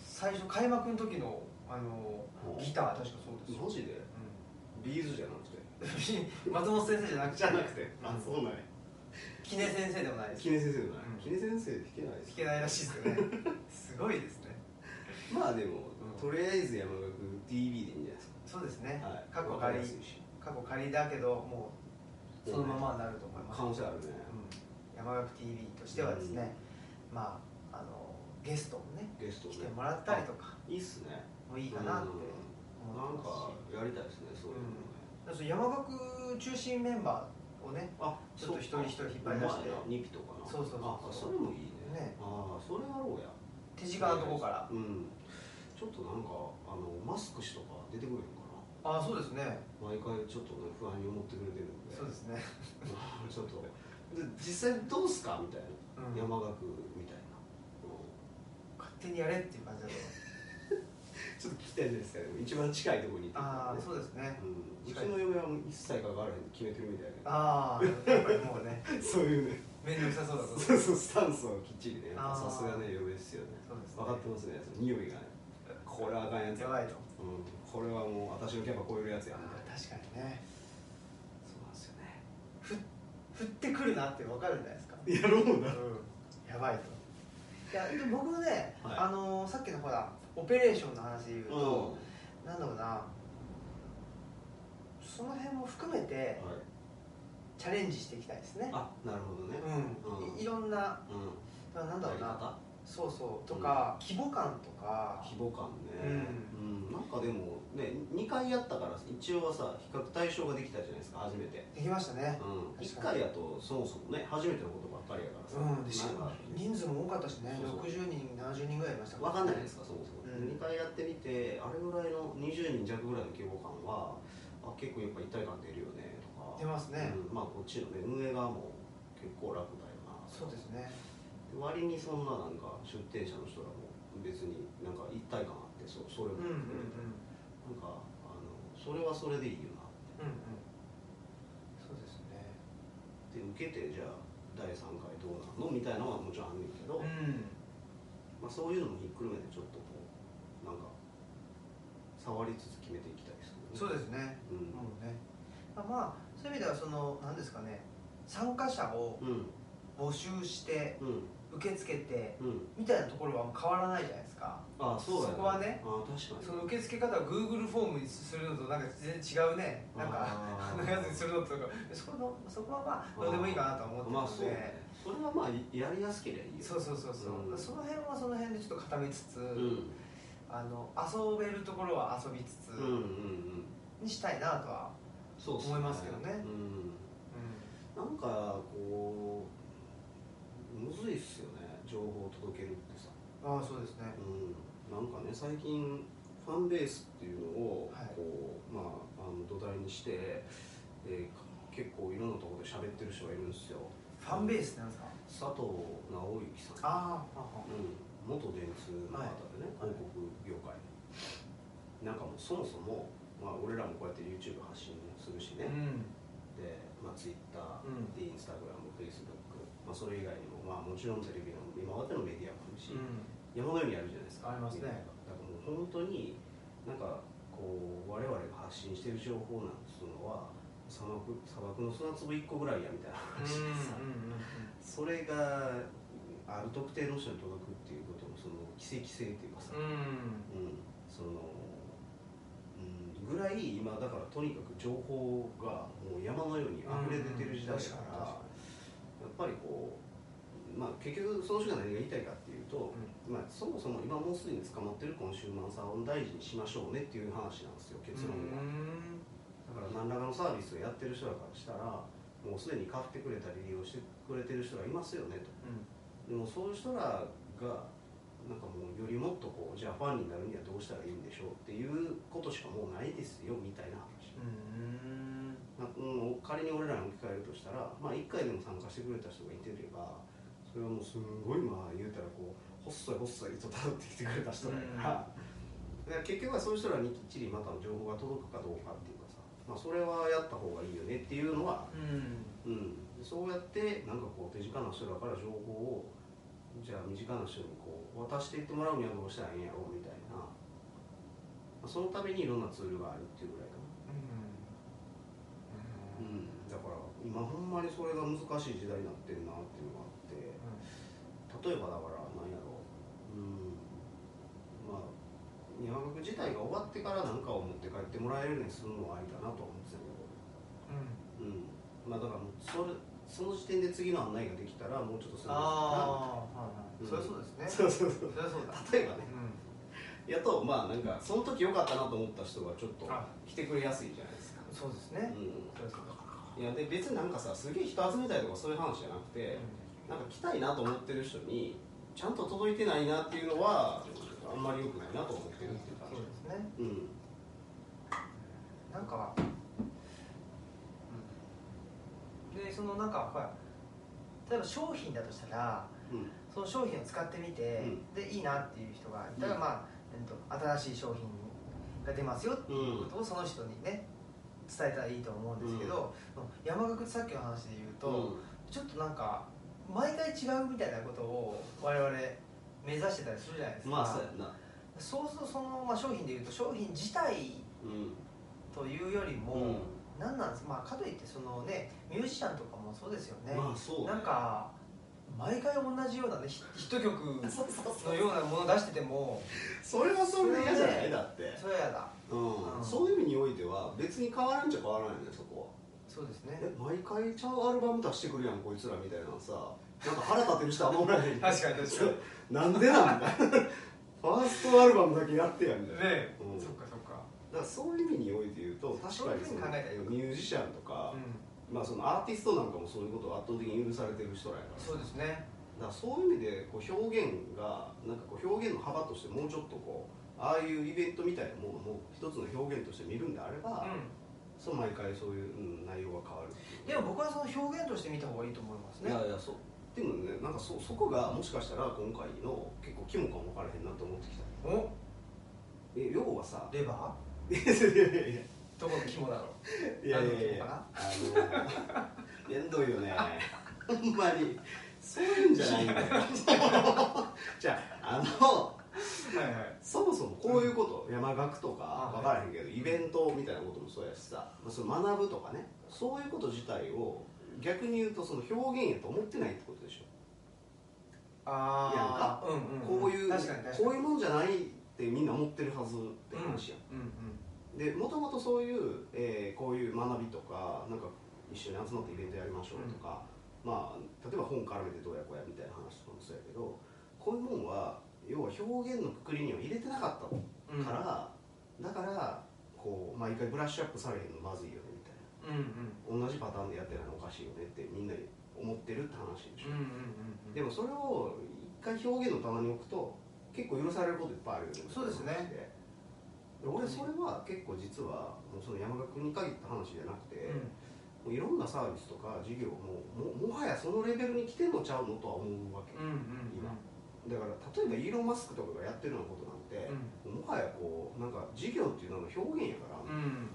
A: 最初開幕の時のあの
B: お
A: ギター確かそうですよ、
B: マジでビーズじゃなくて
A: うん (laughs) 松本先生じゃなくて
B: じゃなくて
A: あそう
B: うなんや
A: 木根先生でもないです
B: 杵先生じゃない
A: うん
B: 杵先生弾けないで
A: 弾
B: す
A: けないらしいですよ (laughs) ねすごいですね
B: まあでも
A: うん
B: とりあえず山岳 TV でいいんじゃないです
A: そうですね、
B: かはい
A: 過去
B: わかり
A: 仮
B: やすいし
A: 過去仮だけどもうそのままになると思います、
B: 可能性あるね
A: うん、山岳 TV としてはですね、まああのゲストもね
B: ゲストね
A: 来てもらったりとか
B: いいっすね
A: もいいかなって
B: うんな
A: 思っ
B: ん
A: てます
B: か
A: し
B: やりたいですねそういうのね
A: だからその山岳中心メンバーをね
B: あ
A: ちょっと一人一人引っ張り出して
B: 2匹とかな
A: そうそうそうそう
B: あそれもいいね
A: ね
B: ああそれやろうや
A: 手近なところから
B: うんちょっとなんかあのマスク氏とか出てくれるのか
A: あ
B: な
A: あそうですね
B: 毎回ちょっとね不安に思ってくれてるんで
A: そうですね、
B: うん (laughs) ちょっとで実際どうすかみたいな、
A: うん、
B: 山岳みたいな、
A: 勝手にやれっていう感じだと思う
B: (laughs) ちょっと聞きたいじゃないですかでも一番近いところに行って
A: ああ
B: ね
A: そうですね
B: うん、うち
A: 近い
B: の嫁はもう一切関わらへんって決めてるみたいな
A: ああやっぱりもうね
B: そういうね
A: 面倒くさそうだと
B: (laughs) そうそうスタンスをきっちりねやっぱ
A: あー
B: さすがね嫁ですよね
A: そうですね
B: 分かってますねその匂いがねこれはあかんやつ
A: や
B: や、
A: ばいと
B: うん、これはもう私のキャパ超えるやつやみたいな
A: 確かにね
B: そうなんですよね
A: ふ振ってくるなって分かるじゃないですか
B: やろうな
A: うんやばいといやでも僕もね、
B: はい
A: あのーさっきのほらオペレーションの話で言う
B: うんは
A: と、なんだろうなその辺も含め
B: い
A: てチャレンジしていきたいですね
B: あなるほどね
A: うん、
B: うん
A: いいろんな
B: うん
A: だからなんだろう
B: やり
A: な
B: 方
A: そうそうとか、規模感とか
B: 規模感ね、うんなんかでもね2回やったから一応はさ比較対象ができたじゃないですか初めて、
A: できましたね
B: うん、
A: 確
B: 1
A: かに
B: 回やとそもそもね初めてのことばっかりやからさ、
A: うんでし
B: なんか
A: 人数も多かったしね
B: そうそ
A: 60
B: う
A: 人70人ぐらいいました
B: 分かんないですすかそもそ
A: う
B: も、
A: ん
B: 二2回やってみてあれぐらいの20人弱ぐらいの規模感はあ結構やっぱ一体感出るよねとか
A: 出ますね、
B: うんまあこっちのね運営側も結構楽だよな
A: そうですね
B: で割にそんななんか出店者の人らも別になんか一体感あってそそれ
A: うんうんうん
B: も
A: うん
B: なんかあのそれはそれでいいよ
A: う
B: な
A: んそうですね
B: で受けてじゃあ第3回どうなのみたいなのはもちろんあんねんけど、
A: うん
B: まあ、そういうのもひっくるめてちょっとこうなんか触りつつ決めていきたいですけど
A: そう
B: ね
A: ですね
B: う
A: も
B: ん
A: うねまあまあそういう意味ではその何ですかね参加者を
B: うん
A: 募集して
B: うん
A: 受け付けて
B: うん
A: みたいなところは変わらないじゃないですか
B: ああそうだよ、
A: そこはね
B: ああ確かに
A: その受付方は Google フォームにするのとなんか全然違うねなんか (laughs)
B: あー
A: のやつにするのとかそこのそこはまあどうでもいいかなとは思って
B: まあ
A: ます
B: そ
A: の
B: う
A: で、
B: ねそれはまあやりやすければいいよ
A: そうそうそうそう、
B: うん
A: その辺はその辺でちょっと固めつつ、
B: うん
A: あの遊べるところは遊びつ
B: うんうんう
A: つ
B: ん
A: にしたいなとは、
B: そうっ
A: 思いますけどね
B: うんなんかこうむずいっすよね情報を届けるってさ、
A: ああそうですね
B: うん、なんかね最近ファンベースっていうのを
A: はい
B: こう、まあ、あの土台にして、えー結構いろんなところで喋ってる人がいるんですよ
A: ファンベースなんですか
B: 佐藤直之さん
A: ああは
B: うん、元電通の方でね、
A: はい
B: 広告業界なんかもうそもそも、まあ、俺らもこうやって YouTube 発信するし
A: う
B: ね、
A: ん
B: で、まあ、Twitter
A: ん
B: で InstagramFacebook、まあ、それ以外にも、まあ、もちろんテレビの今までのメディアもあるし、
A: う
B: 山のようにあるじゃないですか
A: ありますね
B: メディアがだからもう本当になんかこう我々が発信してる情報なんていうのは砂漠砂漠の砂粒1個ぐらいやみたいな話でさ、それがある特定の人に届くっていうこともその奇跡性っていうかさ、
A: んうんうんうん
B: うんその、うん、ぐらい今だからとにかく情報がもう山のように溢れ出てる時代だから、やっぱりこう、まあ、結局その人が何が言いたいかっていうと、まあ、そもそも今もうすでに捕まってるコンシューマーさんを大事にしましょうねっていう話なんですよ結論が。だから何らかのサービスをやってる人らからしたらもうすでに買ってくれたり利用してくれてる人がいますよねと。でもそういう人らがなんかもうよりもっとこうじゃあファンになるにはどうしたらいいんでしょうっていうことしかもうないですよみたいな話なうん仮に俺らに置き換えるとしたらまあ1回でも参加してくれた人がいてればそれはもうすんごいまあ言うたらこう細い細いとたどってきてくれた人だから,、だから結局はそういう人らにきっちりまた情報が届くかどうかっていうかさ、まあ、それはやった方がいいよねっていうのはうん、そうやってなんかこう手近な人らから情報をじゃあ身近な人にこう渡していってもらうにはどうしたらいいんやろうみたいな、まあそのためにいろんなツールがあるっていうぐらいかな、うん、だから今ほんまにそれが難しい時代になってるなっていうのがあって例えばだからなんやろう、うん、まあ山岳自体が終わってから何かを持って帰ってもらえるようにするのはありだなとは思ってたけどうんまあだからもうそれその時点で次の案内ができたらもうちょっとするな
A: ああそりゃそうです
B: そ
A: ね
B: うそうそう
A: そりゃそうだ
B: 例えばねやっとまあなんかその時良かったなと思った人がちょっと
A: あ
B: 来てくれやすいじゃないですか
A: そうです
B: う
A: ね
B: ん
A: そりゃそうだ
B: いやで別になんかさすげえ人集めたいとかそういう話じゃなくてなんか来たいなと思ってる人にちゃんと届いてないなっていうのはあんまり良くないなと思ってるっていう感
A: そうですね
B: じうん
A: なんか、でそのなんかほら例えば商品だとしたら
B: うん
A: その商品を使ってみて、
B: うん
A: でいいなっていう人がいたら、
B: うん
A: まあ、えっと、新しい商品が出ますよっていうことをその人にね伝えたらいいと思うんですけど、山岳さっきの話で言うと、ちょっとなんか毎回違うみたいなことを我々目指してたりするじゃないです
B: うん
A: か、
B: まあそうやんな
A: そうするとその、まあ、商品で言うと商品自体
B: うん
A: というよりも、
B: うん
A: なんなんですまあかといってそのねミュージシャンとかもそうですよね、
B: まあそうね
A: なんか毎回同じようなねひヒット曲
B: そうそうそ
A: の
B: う
A: ようなもの出してても
B: それはそれで嫌じゃな
A: それ
B: い
A: ね
B: だって
A: それやだ
B: う
A: うんん
B: そういう意味においては別に変わらんじゃ変わらないよねそこは
A: そうですね
B: え毎回ちゃうアルバム出してくるやんこいつらみたいなさなんか腹立てる人あんまおらへん
A: 確かに確かに
B: なんでなんだ (laughs) ファーストアルバムだけやってやんみたいなだか
A: ね
B: うん
A: そっかそっから
B: そういう意味において言うと確かに
A: そういうふうに考えたらいい
B: ミュージシャンとか
A: う、ん
B: まあ、そのアーティストなんかもそういうことを圧倒的に許されてる人らやから
A: そうですね
B: だからそういう意味でこう表現がなんかこう表現の幅としてもうちょっとこうああいうイベントみたいなものも一つの表現として見るんであれば、
A: う
B: そう毎回そういう、うん、内容が変わるっていうん
A: でも僕はその表現として見た方がいいと思います
B: い
A: ね
B: やいやそうでもねなんかそそこがもしかしたら今回の結構肝かも分からへんなと思ってきた
A: お
B: え要はさ
A: レバ
B: (laughs) いやいやいやいや
A: ーどこの肝だろ
B: いやいやい
A: あ
B: やあの面倒いよね (laughs) ほんまにそういうんじゃないん (laughs) だよじゃああ
A: う
B: の
A: (laughs) はいはい
B: そもそもこういうこと、山岳とか
A: あ
B: 分からへんけど、イベントみたいなこともそうやしさ、まあ、その学ぶとかねそういうこと自体を逆に言うとその表現やと思ってないってことでしょ
A: ああうんうんん
B: こういう
A: 確かに確かに
B: こういうもんじゃないってみんな思ってるはずって話や、
A: うんうん
B: ん、でもともとそういう、えーこういう学びとかなんか一緒に集まってイベントやりましょうとか、まあ例えば本絡めてどうやこうやみたいな話とかもそうやけどこういうもんは要は表現のくくりには入れてなかった
A: うん
B: から、だからこう毎回ブラッシュアップされへんのまずいよねみたいな
A: うんうん
B: 同じパターンでやってないのおかしいよねってみんなに思ってるって話でしょ、
A: うん
B: でもそれを一回表現の棚に置くと結構許されることいっぱいあるよね
A: そうですね
B: で俺それは結構実はもうその山岳に限った話じゃなくて、もういろんなサービスとか事業もももはやそのレベルに来てんのちゃうのとは思うわけ、
A: うんうん
B: 今だから例えばイーロン・マスクとかがやってるようなことなんて、もはやこうなんか事業っていうのの表現やから、
A: うんうん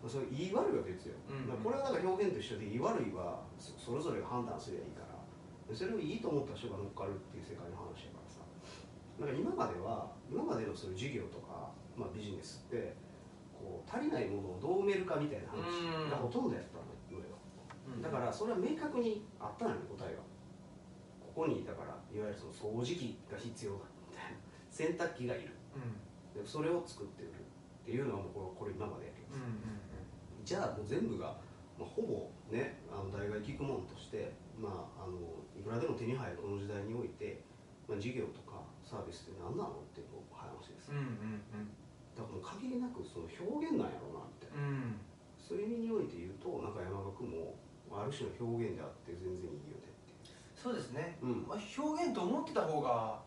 B: まあそれ言い悪いは別よ、
A: うん
B: だからこれはなんか表現と一緒で言い悪いはそそれぞれが判断すればいいからでそれをいいと思った人が乗っかるっていう世界の話やからさだから今までは今までのそういう事業とか、まあ、ビジネスってこう足りないものをどう埋めるかみたいな話がほとんどやったのよ、
A: うん
B: だからそれは明確にあったのよ答えがここにだからいわゆるその掃除機が必要だみたいな洗濯機がいる
A: うん
B: でそれを作って売るっていうのはもうこれこれ今までやけど
A: うん
B: じゃあもう全部が、まあ、ほぼねあの代替聞くものとして、まあ、あのいくらでも手に入るこの時代において、まあ、事業とかサービスって何なのっていう話です
A: うんうんうん
B: だからもう限りなくその表現なんやろうなみたいな
A: うんうん
B: そういう意味において言うとなんか山岳もある種の表現であって全然いいよねっていう
A: そうですね、
B: うん
A: まあ、表現と思ってた方が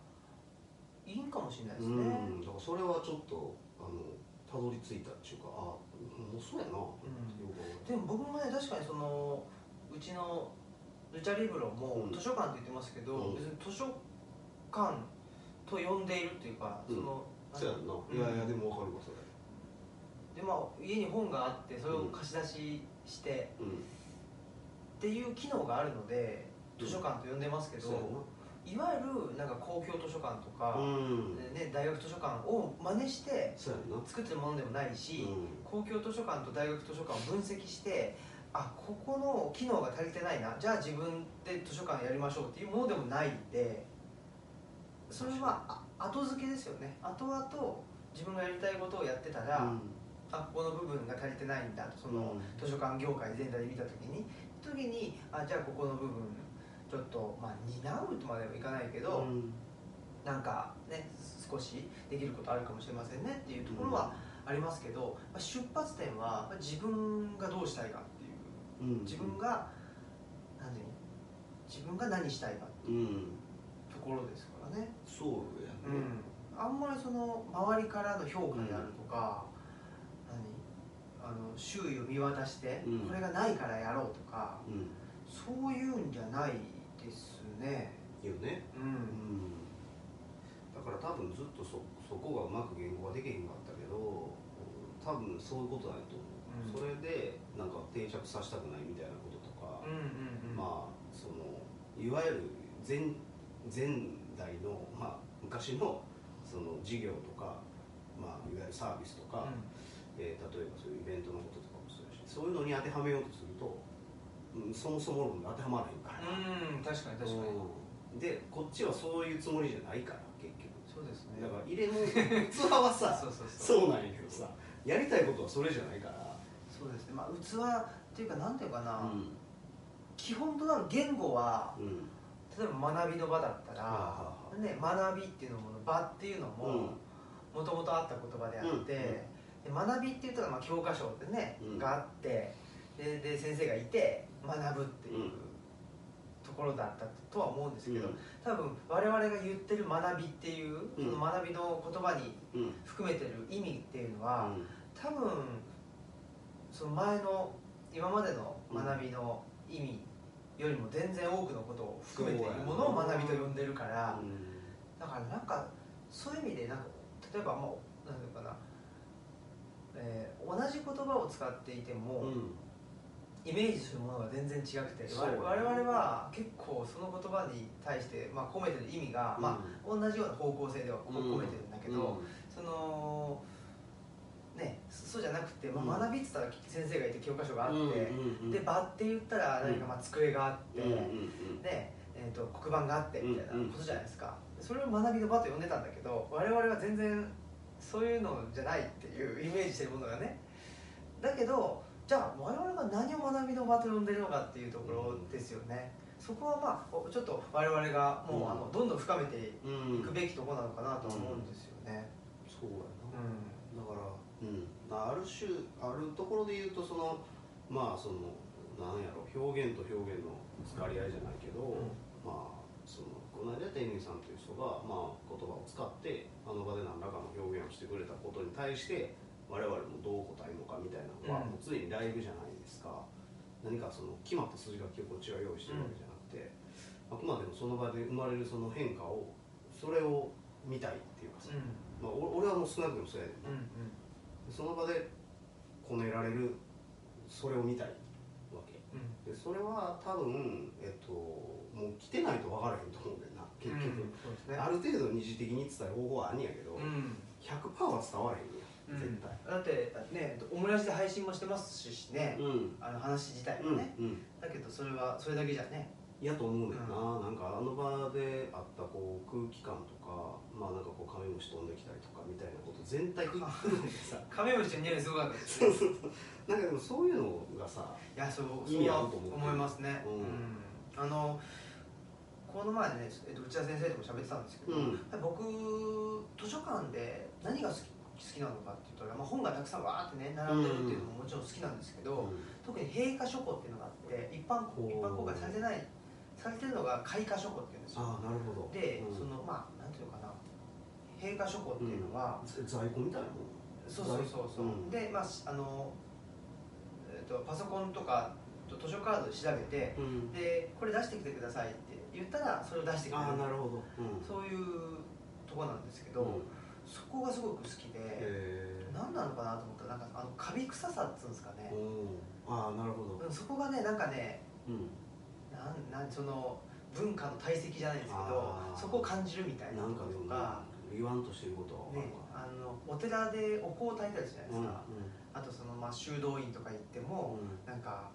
A: いいんかもしれないですね、うん
B: うんだからそれはちょっとあのたどり着いたっていうかあもうそうやなってよく思って
A: でも僕もね確かにそのうちのルチャリブロも
B: うん
A: 図書館って言ってますけど、
B: うん
A: 別に図書館と呼んでいるっていうか、
B: うん
A: その
B: そうやんな、いやいやでもわかるわそれ
A: でまあ家に本があってそれを貸し出しして、
B: うん
A: っていう機能があるので図書館と呼んでますけど、
B: そうや
A: いわゆるなんか公共図書館と
B: なう
A: か、
B: ん
A: ね、大学図書館を真似して
B: そうやんな
A: 作ってるものでもないし、
B: う
A: 公共図書館と大学図書館を分析してあここの機能が足りてないなじゃあ自分で図書館やりましょうっていうものでもないんでそれはあ後付けですよね後々自分がやりたいことをやってたら、
B: ん
A: あここの部分が足りてないんだとその、
B: うん
A: 図書館業界全体で見た時に時にあじゃあここの部分ちょっと、まあ、担うとまではいかないけど、
B: うん
A: なんかね少しできることあるかもしれませんねっていうところはありますけど、まあ出発点はまあ自分がどうしたいかっていう
B: うん
A: 自分が何ていうの自分が何したいかって
B: うん
A: ところですからね、
B: そうや
A: う
B: ね、
A: ん、あんまりその周りからの評価であるとか、何あの周囲を見渡して、
B: うん
A: これがないからやろうとか
B: うん
A: そういうんじゃないですね。
B: いいよね
A: う
B: うんんだから多分ずっとそそこがうまく言語ができへんかったけど多分そういうことないと思う、それでなんか定着させたくないみたいなこととか、
A: うんうんうん
B: まあそのいわゆる前前代の、まあ、昔のその事業とか、まあ、いわゆるサービスとか、えー例えばそういうイベントのこととかもそうやしそういうのに当てはめようとすると、うん、そもそも論が当てはまらへんから、
A: うん、うん、確かに確かに、
B: うんでこっちはそういうつもりじゃないから結局
A: そうですね
B: だから入れ物器は
A: (laughs)
B: さ
A: そうそうそう
B: そうなんやけどさやりたいことはそれじゃないから、
A: そうですねまあ器っていうかなんていうかな、
B: うん
A: 基本となる言語は
B: うん
A: 例えば学びの場だったら、
B: ああ
A: ね、学びっていうのも場っていうのももともとあった言葉であって、
B: うんうん
A: で学びっていうとまあ教科書でね、
B: うん
A: があってでで先生がいて学ぶっていう、
B: うん
A: ところだったとは思うんですけど、
B: うん
A: 多分我々が言ってる学びっていう、
B: うん
A: その学びの言葉に
B: うん
A: 含めてる意味っていうの
B: う
A: は、
B: ん
A: 多分その前の今までの学びの意味よりも全然多くのことを含めているものを学びと呼んでるからだからなんかそういう意味でなんか例えばもう何ていうのかな、えー同じ言葉を使っていても、
B: うん
A: イメージするものが全然違くて
B: そう
A: 我々は結構その言葉に対して、まあ、込めてる意味が、まあ、同じような方向性ではこう込めてるんだけど。そのねそそうじゃなくて、まあ
B: うん
A: 学びって言ったら先生がいて教科書があって、
B: うんうんうん
A: で場って言ったら何かまあ机があって、
B: うんうん
A: で、えー、と黒板があってみたいな
B: うんうん
A: ことじゃないですか、それを学びの場と呼んでたんだけど我々は全然そういうのじゃないっていうイメージしてるものがねだけどじゃあ我々が何を学びの場と呼んでるのかっていうところですよね、そこはまあおちょっと我々がもう、
B: うん
A: あのどんどん深めてい
B: うんうん
A: くべきところなのかなとは思うんですよね、
B: そうやな
A: うん
B: だから、うんまあ、ある種あるところで言うとそのまあそのなんやろ表現と表現の使い合いじゃないけど、
A: うん
B: まあそのこの間天狗さんという人が、まあ、言葉を使ってあの場で何らかの表現をしてくれたことに対して我々もどう答えるのかみたいなの
A: う
B: は、
A: ん
B: もう常にライブじゃないですか何かその決まった数字楽器をこっちが用意してるわけじゃなくて、あくまでもその場で生まれるその変化をそれを見たいっていうかさ、
A: う
B: まあ、お俺はもう少なくともそうやねん
A: んうん
B: その場でこねられるそれを見たいわけ
A: うん
B: でそれは多分、えっと、もう来てないと分からへんと思うんだよな結
A: うん
B: 局、
A: そうですね
B: ある程度二次的に伝える方法はあんねやけど、
A: うん
B: 100%は伝わらへ
A: うん
B: んやん絶対
A: だってねオムラジで配信もしてますしね、
B: うん、
A: あの話自体
B: う
A: も
B: ん
A: ね、
B: うん
A: だけどそれはそれだけじゃね
B: やと思うんだよな、なんかあの場であったこう空気感とかまあなんかこうカメムシ飛んできたりとかみたいなこと全体ひっくるめてさ
A: カメムシの匂いすごかったですねい
B: (laughs) なんかでもそういうのがさ
A: やそう
B: 意
A: そう
B: 味
A: は
B: あると思う
A: 思いますね、
B: う
A: うん
B: ん
A: あのこの前ね、えっと、内田先生とも喋ってたんですけど、
B: うん
A: 僕図書館で何が好き好きなのかって言ったら、まあ、本がたくさんわーってね並んでるっていうのももちろん好きなんですけど、特に閉花書庫っていうのがあって一般
B: おー
A: 一般公開されてないされてるのが開花書庫っていうんですよ
B: ああなるほど
A: で、
B: うん
A: そのまあなんていうのかな閉花書庫っていうのは、
B: 在庫みたいなもん
A: そうそうそうそう、
B: うん
A: でまあしあの、えっとパソコンとかと図書カードで調べて
B: うん
A: でこれ出してきてくださいって言ったらそれを出してくれる
B: ああなるほどうん
A: そういうとこなんですけど、
B: うん
A: そこがすごく好きで、
B: へー
A: 何なのかなと思ったらなんかあのカビ臭さっつうんですかね、
B: うんああなるほど
A: うんそこがねなんかね
B: うん
A: なんなんその文化の体積じゃないんですけど
B: あー
A: そこを感じるみたいなと
B: なんかで
A: と
B: も
A: か
B: な、言わんとしてることは分
A: ね
B: かる
A: あのお寺でお香を焚いたりするじゃないですか、あ
B: わ
A: とその、まあ、修道院とか行っても、なんか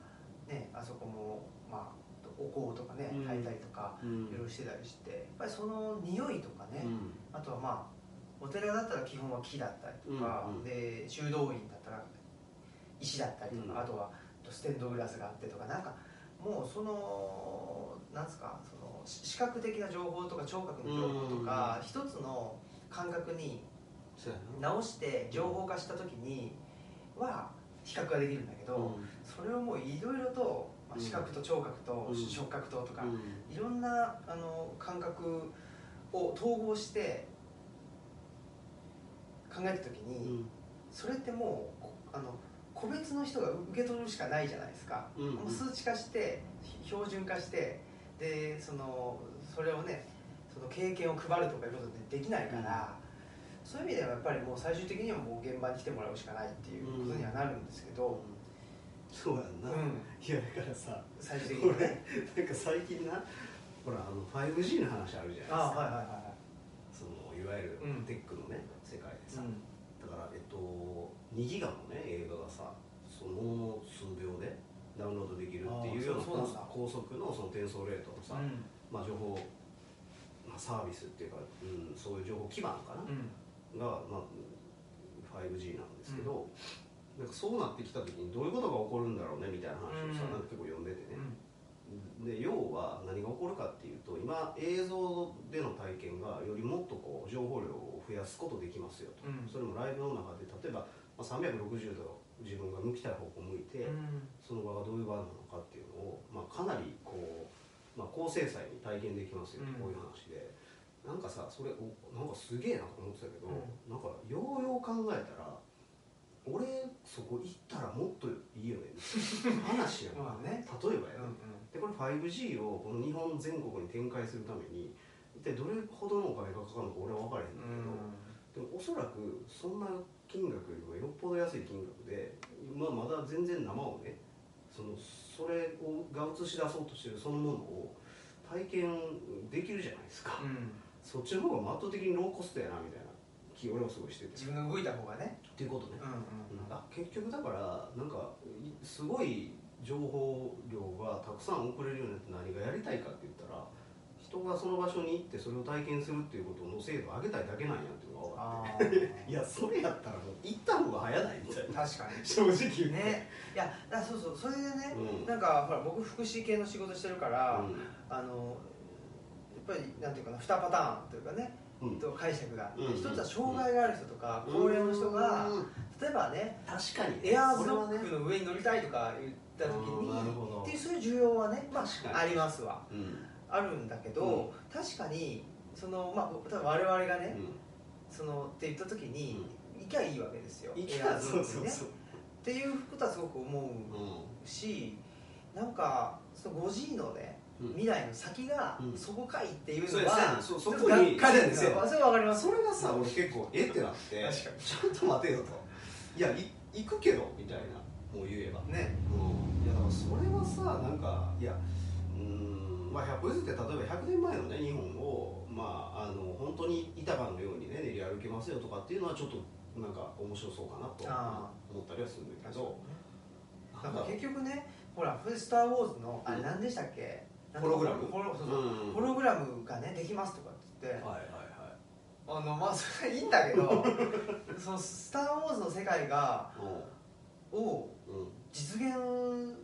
A: ねあそこも、まあ、お香とかね
B: うん
A: 焚いたりとか
B: うんうん
A: いろいろしてたりしてやっぱりその匂いとかね、
B: うん
A: あとはまあお寺だったら基本は木だったりとか、
B: うんうん
A: で修道院だったら石だったりとか、
B: うん
A: あとはステンドグラスがあってとかなんかもうそのなんですかそのし視覚的な情報とか聴覚の情報とか、一つの感覚に
B: そうやな
A: 直して情報化した時には比較ができるんだけど、
B: うん
A: それをもういろいろと、まあ、視覚と聴覚と
B: うん
A: 触覚ととか、
B: うん
A: いろんなあの感覚を統合して考えた時
B: う
A: に、
B: ん
A: それってもうこあの個別の人が受け取るしかないじゃないですか、
B: うん
A: もう数値化してひ標準化してでそのそれをねその経験を配るとかいうことでできないから、そういう意味ではやっぱりもう最終的にはもう現場に来てもらうしかないっていうことにはなるんですけど、
B: そうやん
A: う
B: なんいやだからさ
A: 最終的 (laughs) にはね。
B: 俺なんか最近なほらあの 5G の話あるじゃないです
A: あはい
B: か
A: はいはいはい
B: そのいわゆる
A: うん
B: テックのね世界でさ
A: うん
B: だから、えっと、2ギガのね映画がさそのものの数秒でダウンロードできるっていうよう
A: あー
B: な
A: そうそうなんだ
B: 高速のその転送レートのさ、
A: うん
B: まあ、情報、まあ、サービスっていうか、うん、そういう情報基盤かな、
A: うん
B: が、まあ、5G なんですけど、なんかそうなってきた時にどういうことが起こるんだろうねみたいな話をさ、
A: うん
B: なんか結構読んでてね、
A: うん
B: で要は何が起こるかっていうと今映像での体験がよりもっとこう情報量を増やすことできますよと、
A: うん
B: それもライブの中で例えばまあ360度自分が向きたい方向を向いて、
A: うん
B: その場がどういう場なのかっていうのを、まあ、かなりこう、まあ、高精細に体験できますよ
A: う
B: と、
A: ん
B: こういう話でなんかさそれおなんかすげえなと思ってたけど、
A: うん
B: なんかようよう考えたら俺そこ行ったらもっといいよね話
A: (laughs)
B: やん
A: まあね
B: 例えばや
A: う
B: で
A: ん
B: でこれ 5G をこの日本全国に展開するために一体どれほどのお金がかかるのか俺は分からへん
A: うん
B: だけど、でもおそらくそんな金額よりもよっぽど安い金額で、まあ、まだ全然生をねそのそれをが映し出そうとしてるそのものを体験できるじゃないですか、
A: うんうん
B: そっちの方が圧倒的にローコストやなみたいな気俺はすごいしてて
A: 自分が動いた方がね
B: っていうことね
A: うんうん
B: あ結局だからなんかいすごい情報量がたくさん送れるようになって何がやりたいかって言ったら人がその場所に行ってそれを体験するっていうことの精度を上げたいだけなんやっていうのが
A: あ
B: 分か
A: ー
B: るいやそれやったらもう行った方が早ないみたいな
A: 確か
B: 正直言
A: に
B: う
A: ねいやだそうそうそれでね
B: うん
A: なんかほら僕福祉系の仕事してるから
B: うん
A: あのやっぱりなんていうかな2パターンというかね
B: うん
A: と解釈があって、
B: うん
A: 一つは障害がある人とか高齢の人が
B: うん
A: 例えばね
B: 確かに
A: エアー
B: そ
A: ブ
B: れ
A: ロ
B: は
A: ッ
B: ね
A: クの上に乗りたいとか言った時に
B: あーなるほど
A: っていうそういう需要はね、ま
B: 確かに
A: あ、ありますわ
B: うん
A: あるんだけど、確かにその、まあ、例えば我々がね、そのって言った時に、行きゃいいわけですよ
B: うんいき
A: エア
B: な
A: ー
B: り
A: ズ
B: そ
A: ロッ
B: う
A: ク
B: そ
A: に
B: う
A: ね
B: そう
A: っていうことはすごく思うしなんかその 5G のね
B: うん
A: 未来の先が
B: うん
A: そこかいっていう
B: そう
A: の
B: やそうや
A: は
B: なそそ
A: ちょっ
B: ことに
A: がっかりなんですよ
B: そう
A: それわかりま
B: や
A: す
B: それがさ俺結構えってなっ
A: 確
B: て
A: かに
B: ちょっと待てよといやい行くけどみたいなもう言えば
A: ね
B: うんいやだからそれはさなんかいやうーんまあ百歩譲って例えば100年前のね日本をまああの本当に板場のようにね練り歩けますよとかっていうのはちょっとなんか面白そうかなと
A: あ
B: 思ったりはするんだけど
A: な
B: なんん
A: か
B: か
A: 結局ねほら「スター・ウォーズ」のあれ
B: うん
A: 何でしたっけ
B: ホログラム
A: ホロそううんそうホロ
B: は
A: グラムがねできますとかって言っ
B: い
A: て
B: はい
A: あのまあそれはいいんだけど (laughs) その「スター・ウォーズ」の世界が
B: はい
A: を
B: うんうん
A: 実現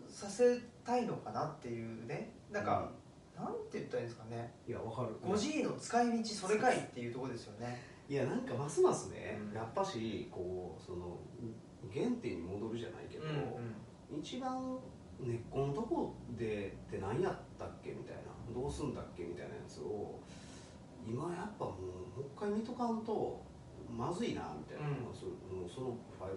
A: させたいのかなっていうねなんか、なんて言ったらいいんですかね
B: いやわかる
A: 5G の使い道それかいっていうところですよね
B: いやなんかますますね、
A: うん
B: やっぱしこうその原点に戻るじゃないけど、一番根っこのとこでって何やったっけみたいなどうすんだっけみたいなやつを今やっぱもうもう一回見とかんとまずいなみたいな、
A: うん
B: そもうその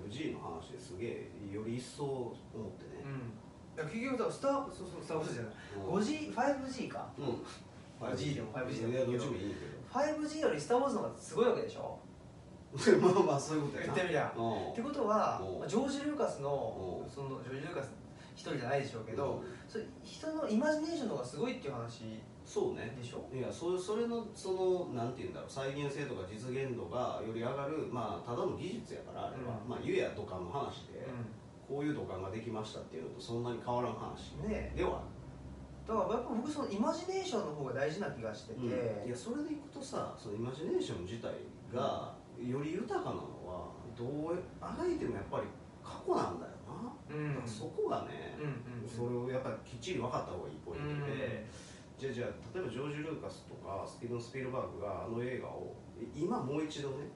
B: 5G の話ですげえより一層思って
A: う
B: ね、
A: んだから結局だからスターそうそうスターウォーズじゃない
B: うん
A: 5G 5G か
B: うん
A: 5G でも 5G でも
B: いやどっ (laughs) ちもいい
A: 5G よりスター・ウォーズの方がすごいわけでしょ
B: けどまあまあそういうことや
A: 言
B: な
A: ってみりゃ
B: うん
A: ってことは
B: うん
A: まあジョージ・ルーカスの
B: うん
A: そのジョージ・ルーカス一人じゃないでしょうけど、それ人のイマジネーションの方がすごいっていう話
B: そうね
A: でしょ
B: いやそれそれのそのなんて言うんだろう再現性とか実現度がより上がるまあただの技術やからあれは、
A: うん
B: まあ湯や土管の話で、こういう土管ができましたっていうのとそんなに変わらん話
A: うんね
B: では
A: だからやっぱ僕そのイマジネーションの方が大事な気がしてて、
B: いやそれでいくとさそのイマジネーション自体がより豊かなのはどうあがいてもやっぱり過去なんだよな、
A: うん
B: だからそこがね、
A: うんうんうん
B: それをやっぱきっちり分かった方がいいポイントで、じゃあじゃあ例えばジョージ・ルーカスとかスティーブン・スピルバーグがあの映画を今もう一度ね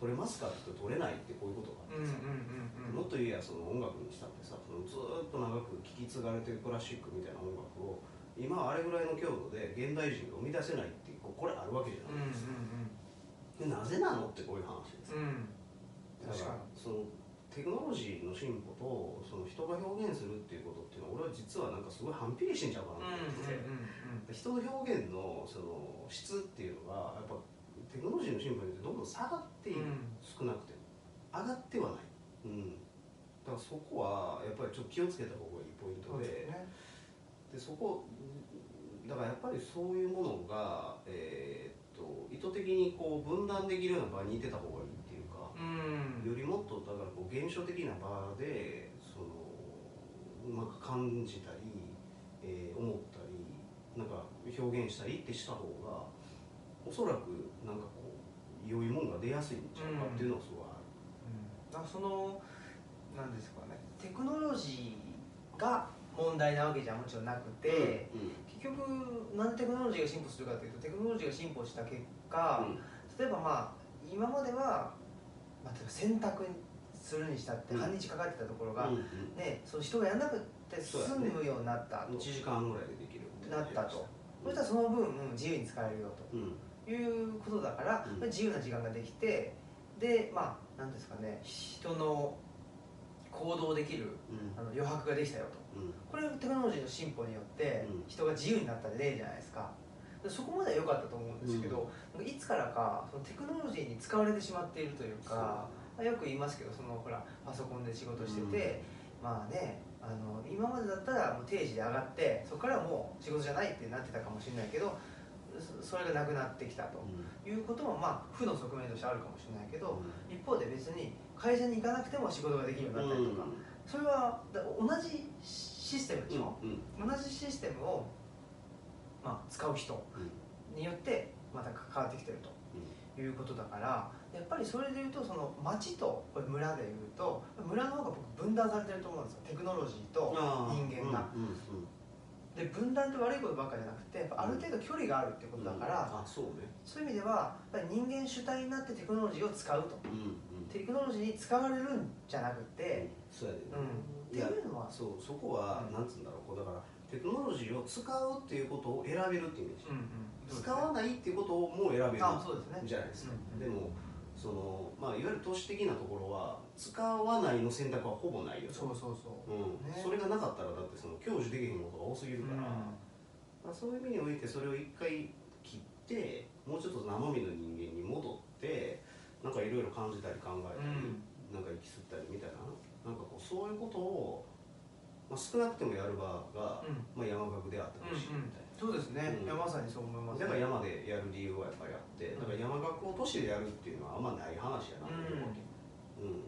B: 撮れますかって言うと撮れないってこういうことがあ
A: うんうん
B: って
A: うん
B: さ、
A: うん
B: もっと言えばその音楽にしたってさそのずーっと長く聴き継がれてるクラシックみたいな音楽を今はあれぐらいの強度で現代人が生み出せないっていうここれあるわけじゃ
A: うんう
B: ない
A: ん
B: ですか、でなぜなのってこういう話です
A: うんうん
B: だ
A: 確か
B: か
A: ら
B: そのテクノロジーの進歩とその人が表現するっていうことっていうのは俺は実はなんかすごい反比例してんちゃ
A: に
B: うかなと思ってて、人の表現のその質っていうのがやっぱテクノロジーの進歩によってどんどん下がっている、
A: うん
B: 少なくても上がってはない、うん、だからそこはやっぱりちょっと気をつけた方がいいポイン
A: そう
B: トで
A: ですね
B: でそこだからやっぱりそういうものが、えーっと意図的にこう分断できるような場にいてた方がいいっていうか、
A: うん
B: よりもっとだからこう現象的な場でそのうまく感じたり、えー思ったりなんか表現したりってした方がおそらくなんかこう良いもんが出やすいんちゃうかっていうのはすごいあ
A: うんだからそのなんですかねテクノロジーが問題なわけじゃもちろんなく
B: る、
A: て、
B: うん
A: 結局なんでテクノロジーが進歩するかというとテクノロジーが進歩した結果、
B: うん
A: 例えばまあ今までは、まあ、例えば洗濯するにしたって
B: うん
A: 半日かかってたところが、
B: うん
A: ねその人がやらなくて済むようになったと
B: うん、1時間ぐらいでできる
A: なったと、そした
B: ら、
A: らその分うん自由に使えるよと
B: うん
A: いうことだから、
B: うん
A: 自由な時間ができてでまあ何ですかね人の行動できるあの余白ができたよと
B: うんうん
A: これテクノロジーの進歩によって
B: うん
A: 人が自由になった例じゃないですかでそこまでは良かったと思うんですけど、なんかいつからかそのテクノロジーに使われてしまっているというかまあよく言いますけどそのほらパソコンで仕事してて、まあねあの今までだったらもう定時で上がってそこからもう仕事じゃないってなってたかもしれないけどそそれがなくなってきたと
B: う
A: い
B: ん
A: うこともまあ負の側面としてあるかもしれないけど
B: うん
A: 一方で別に会社に行かなくても仕事ができるようになったりとか、それはだ同じシステムでしょ、
B: うんうん
A: 同じシステムを、まあ、使う人
B: うん
A: によってまた関わってきてるということだからやっぱりそれでいうとその町とこれ村でいうと村の方が僕分断されてると思うんですよテクノロジーと
B: あー
A: 人間が
B: うんうん
A: で分断って悪いことばっかじゃなくてやっぱある程度距離があるってことだから、
B: あそうね
A: そういう意味ではやっぱり人間主体になってテクノロジーを使うと
B: うんうん
A: テクノロジーに使われるんじゃなくて、
B: そうやでね
A: うん、
B: いや
A: っていうのは
B: そうそこは
A: うん
B: なんつうんだろうこうだからテクノロジーを使うっていうことを選べるっていうイメージ
A: うんうんそうですね
B: 使わないっていうことをもう選べる
A: あそうですね
B: じゃないですか、
A: うん
B: でもその、まあ、いわゆる都市的なところは使わないの選択はほぼないよと
A: そうそうそう、
B: うん
A: ね
B: それがなかったらだってその享受できへんことが多すぎるから、まあ、そういう意味においてそれを一回切ってもうちょっと生身の人間に戻ってなんかいろいろ感じたり考えたり、なんか息吸ったりみたいななんかこうそういうことを、まあ、少なくてもやる場が、
A: うん
B: まあ、山岳であってほしいみたいな。
A: そうですね、い
B: うん
A: やまさにそう思います、
B: だから山でやる理由はやっぱりあって、
A: うん
B: だから山学を都市でやるっていうのはあんまない話やなと思うわけ、うん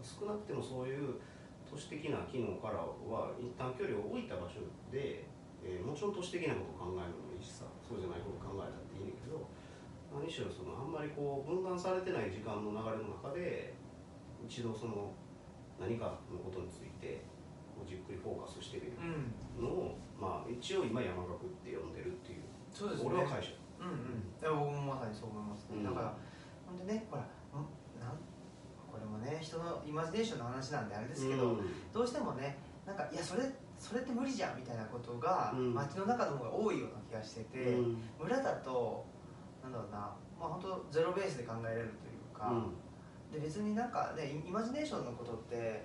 B: 少なくてもそういう都市的な機能からは一旦距離を置いた場所で、えーもちろん都市的なことを考えるのもいいしさそうじゃないことを考えたっていいねんだけど何しろそのあんまりこう分断されてない時間の流れの中で一度その何かのことについてこうじっくりフォーカスしてみる
A: うん
B: のを、まあ、一応今山岳って呼んでるっていう
A: そうですね
B: 俺は解釈
A: うんうんいや僕もまさにそう思いますね、
B: うん
A: だからほんでねほらんなんこれもね人のイマジネーションの話なんであれですけど、
B: うん
A: どうしてもねなんかいやそれそれって無理じゃんみたいなことが、
B: うん
A: 街の中の方が多いような気がしてて、
B: うん
A: 村だとなんだろうなまあ本当ゼロベースで考えれるというか、で別になんかねイイマジネーションのことって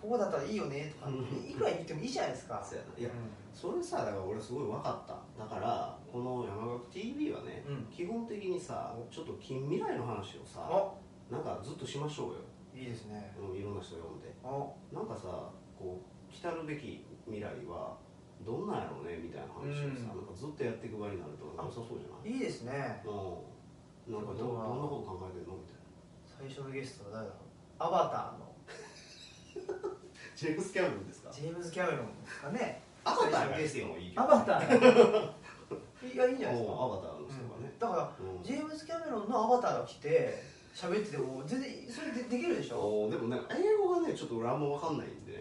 A: こうだったらいいよねとか
B: うん
A: いくら言ってもいいじゃないですか。
B: そうやないやそれさだから俺すごい分かっただからこの山岳 TV はね、
A: うん
B: 基本的にさちょっと近未来の話をさ
A: お
B: なんかずっとしましょう
A: いいですね。
B: よ、うん、いろんな人呼んで
A: お
B: なんかさこう来たるべき未来はどんなんやろうねみたいな話をさ、
A: うん
B: なんかずっとやっていく場になるとなんか良さそうじゃない
A: いいですね。
B: うんなんかど
A: そうだな
B: どんなこと考えてんのみたいな
A: 最初のゲストは誰だろう。アバターの
B: ジェームス・キャメロンですか
A: ジェームズキャメロンですかね。
B: アバターがゲストもいいけど
A: アバ
B: (laughs)
A: ター。いやいいんじゃないです
B: お
A: か。
B: うアバターの人がね、
A: だから
B: うん
A: ジェームズキャメロンのアバターが来て喋ってても全然それでできるでしょ。
B: おーでもね英語がねちょっと俺あんま分かんないんでね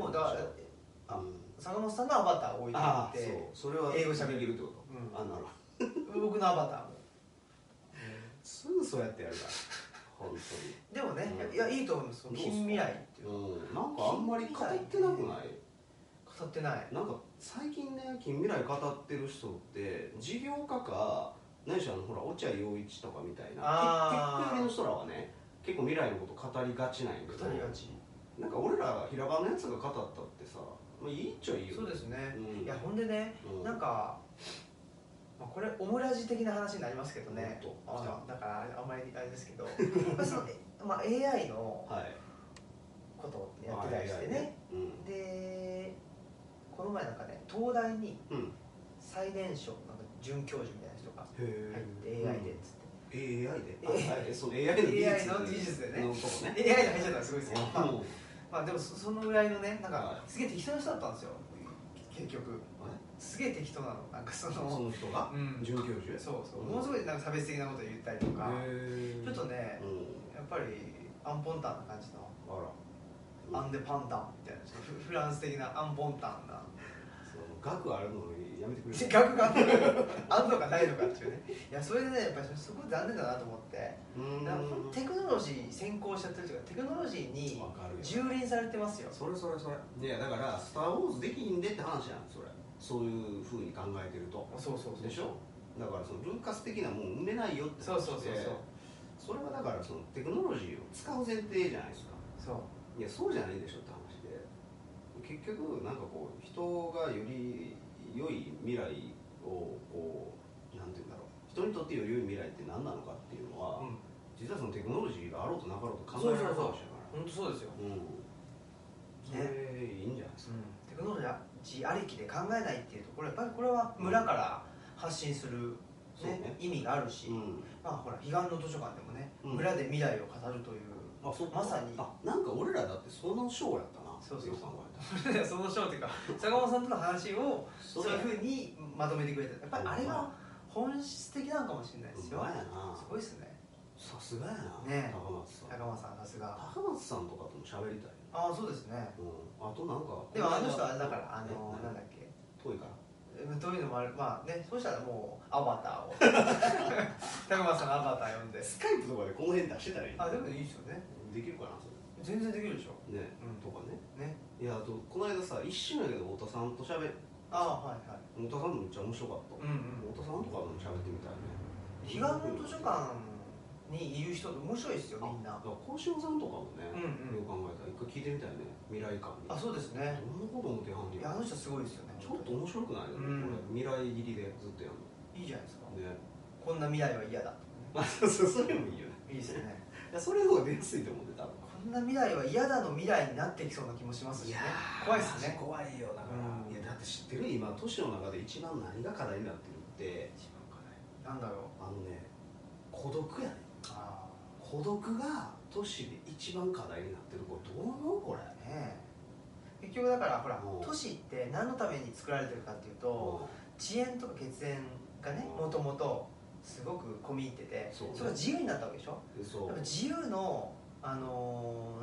A: もうだから
B: あ
A: 坂本さんのアバターを置いて
B: あ
A: い
B: ー
A: て
B: そうそれは
A: 英語喋る
B: できるってこと、
A: うん
B: あなるほど
A: 僕のアバターも。
B: すぐそうやってやるから本
A: でもね、
B: うん
A: いやいいと思います
B: どうっすか
A: 近未来っていう
B: 当に、うん、なんかあんまり語ってなくない
A: 語ってない
B: なんか最近ね近未来語ってる人って事業家か何しろあのほら落合陽一とかみたいな
A: あー
B: 結構寄りの人らはね結構未来のこと語りがちなんやけど
A: 語りがち
B: なんか俺ら平仮名のやつが語ったってさ、まあ、いいっちゃいいよ
A: そ
B: ね
A: うですね、
B: うん
A: いやほんでね、
B: うん
A: なんか、まあ、これオムラジ的な話になりますけどね
B: おっと
A: あの
B: 来
A: だからあんまりあれ
B: (laughs)
A: ですけどやっぱその、まあ、AI の
B: はい
A: ことをやってたりしてね、
B: まあ AI ね
A: でこの前なんかね東大に
B: うん、うん、
A: 最年少なんか准教授みたいな人が入って
B: へ
A: AI でっつって。
B: え AI で
A: AI
B: あその AI の技術
A: AI の技術でね
B: のとこね
A: AI で入っちゃったらすごいですけど、まあ
B: うん
A: まあでもそそのぐらいのねなん
B: は
A: かすげえ適当な人だったんですよ結局すげえ適当なのなんかそ
B: そのそ
A: の
B: の人が
A: うん
B: 准教授
A: そうそう
B: うん
A: ものすごいなんか差別的なこと言ったりとか
B: へ
A: ちょっとね
B: うん
A: やっぱりアンポンタンな感じの
B: あら
A: アンデパンタンみたいなちょっとフフランス的なアンポンタンな
B: その額あるのにやめてくれ
A: せっかくが
B: (laughs)
A: あんのかないのかっていうねいやそれでねやっぱりすごい残念だなと思って
B: うーん
A: なんかテクノロジー先行しちゃってるというかテクノロジーに
B: わかるよ
A: 蹂躙されてますよ
B: それそれそれいやだから「スター・ウォーズ」できんでって話やんそれそういうふうに考えてると
A: そうそうそう
B: でしょだからそのルーカス的なもん埋めないよって
A: そうそうそうそう
B: 話でそれはだからそのテクノロジーを使う前提じゃないですか
A: そう
B: いやそうじゃないでしょって話で結局なんかこう人がより良い未来をこうなんて言うんだろう人にとってより良い未来って何なのかっていうのは、
A: うん
B: 実はそのテクノロジーがあろうとなかろうと考えられる話だから
A: 本当そうですよ、
B: うんそれいいんじゃないですか、
A: テクノロジーありきで考えないっていうところやっぱりこれは村から発信する、
B: そう
A: ね
B: ね
A: 意味があるし、
B: うん
A: まあほら彼岸の図書館でもね、
B: うん
A: 村で未来を語るという
B: あそっか
A: まさに
B: あなんか俺らだってその章やったな
A: そうそう
B: よく考えたら
A: その章というか (laughs) 坂本さんとの話を
B: そ
A: そう
B: れ
A: いうふうにまとめてくれたやっぱりあれが本質的なのかもしれないです
B: う
A: よ
B: まいやな
A: すごいですね
B: さすがやな、
A: ねえ
B: 高松さん
A: 高松さんさすが
B: 高松さんとかとも喋りたいな
A: ああそうですね
B: うんあとなんか
A: でもあの人はだからあ
B: ね
A: のなんだっけ
B: 遠いから
A: うんというのもあるまあねそうしたらもうアバ
B: (laughs)
A: ターを高松さんのアバター呼んで
B: スカイプとかでこの辺出してたらいい
A: あでもいいですよね
B: できるかなそれ
A: 全然できるでしょ
B: ね、
A: うん
B: とかね
A: ね
B: いやあとこの間さ一瞬やけど太田さんと喋る
A: ああはいはい
B: 太田さんもめっちゃ面白かっ
A: う
B: た、
A: んうん
B: 太田さんとかも喋ってみたい
A: 彼
B: ね
A: 岸の図書館にいる人って面白いですよみん
B: あだ
A: な
B: から幸四郎さんとかもね、
A: うんうん
B: よく考えたら一回聞いてみたいね未来感に
A: あそうですね
B: どんなこと思ってやんね
A: い
B: や
A: やあの人すごいですよね
B: ちょっと面白くないよね、
A: うん
B: これ未来入りでずっとやん
A: いいじゃないですか
B: のね
A: こんな未来は嫌だ
B: あそうそうそれもいいよね
A: いいですね
B: いやそれの方が出やすいと思うんで多分
A: こんな未来は嫌だの未来になってきそうな気もしますしね怖いですね
B: 怖いよだから、
A: うん
B: いやだって知ってる今都市の中で一番何が課題になってるって
A: なんだろう
B: あのね孤独やね
A: あ
B: 孤独が都市で一番課題になってるこれどう思うこれ
A: あねえ結局だからほら
B: うん
A: 都市って何のために作られてるかっていうと遅延とか血縁がね
B: うん
A: もともとすごく込み入ってて
B: そうね
A: それが自由になったわけでしょ
B: うん
A: やっ
B: そ
A: ぱ
B: う
A: 自由のあの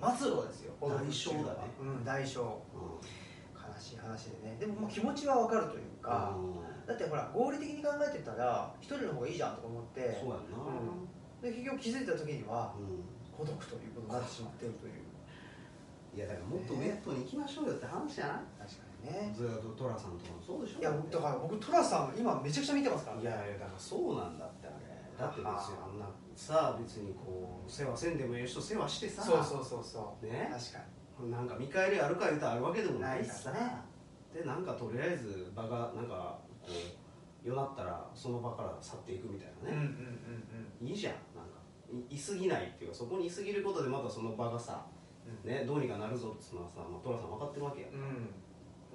A: ー何末路ですよ
B: 代償だね
A: 踊るっていうのはうん代償
B: うん
A: 悲しい話でねでももう気持ちはわかるというか、だってほら合理的に考えてたら一人の方がいいじゃんとか思って
B: そうやんな、
A: うんで結局気づいた時には
B: う
A: 孤独ということになってしまっているというん
B: いやだからもっとウェットに行きましょうよって話じゃない
A: 確かにね
B: ずっと寅さんとかもそうでしょ
A: いやだから僕寅さん今めちゃくちゃ見てますから
B: い
A: ね
B: やいやだからそうなんだってあれだって別にあんなさあ別にこう世話せんでもええ人世話してさ
A: そうそうそうそう
B: ね
A: 確か
B: なんか見返りあるか言うたらあるわけでもないしさ
A: ないか
B: でなんかとりあえず場がなんかこうよなったらその場から去っていくみたい
A: に
B: な
A: うんうん
B: ね、
A: うんうん
B: いいじゃんなんかいいすぎないっていうかそこにいすぎることでまたその場がさ、
A: うん
B: ね、どうにかなるぞっていうのはさ、まあ、トラさん分かってるわけや、
A: うん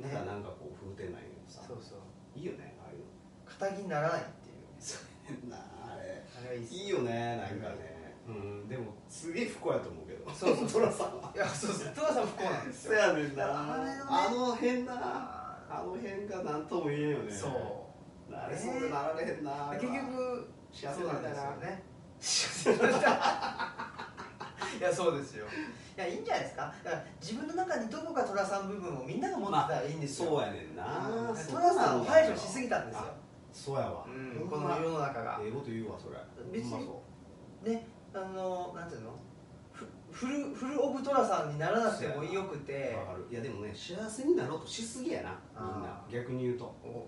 B: だから
A: ね
B: なんかこう風天ないけどさ
A: そうそう
B: いいよねああいうの
A: 肩気にならないっていう
B: (laughs) 変なあれ
A: あれはいいっす
B: いいよねなんかねうんでもすげえ不幸やと思うけど (laughs)
A: そうそう
B: トラさんはい
A: やそうそう寅さん不幸なんです
B: そ
A: よ
B: やねんな
A: あのね
B: あの辺な
A: あ
B: あの辺が何とも言えんよね
A: そう
B: なれそうでなられへんな、
A: 結局
B: 幸せ
A: そう
B: な
A: なん
B: んだ
A: ですよ
B: な
A: ねいやそうですよいやいいんじゃないですかだから自分の中にどこか寅さん部分をみんなが持ってたらいいんですよ、
B: そうやねんな
A: うん
B: そう
A: 寅さんを排除しすぎたんですよ
B: あ、そうやわ、
A: うん
B: ほ
A: こ
B: んま
A: の世の中が
B: ええこと言うわそれ
A: 別に
B: ほんまそ
A: ねあのなんていうのフフルフルオブ寅さんにならなくてもよく
B: う
A: て
B: わかるいやでもね幸せになろうとしすぎやなみんな
A: あー
B: 逆に言うと
A: お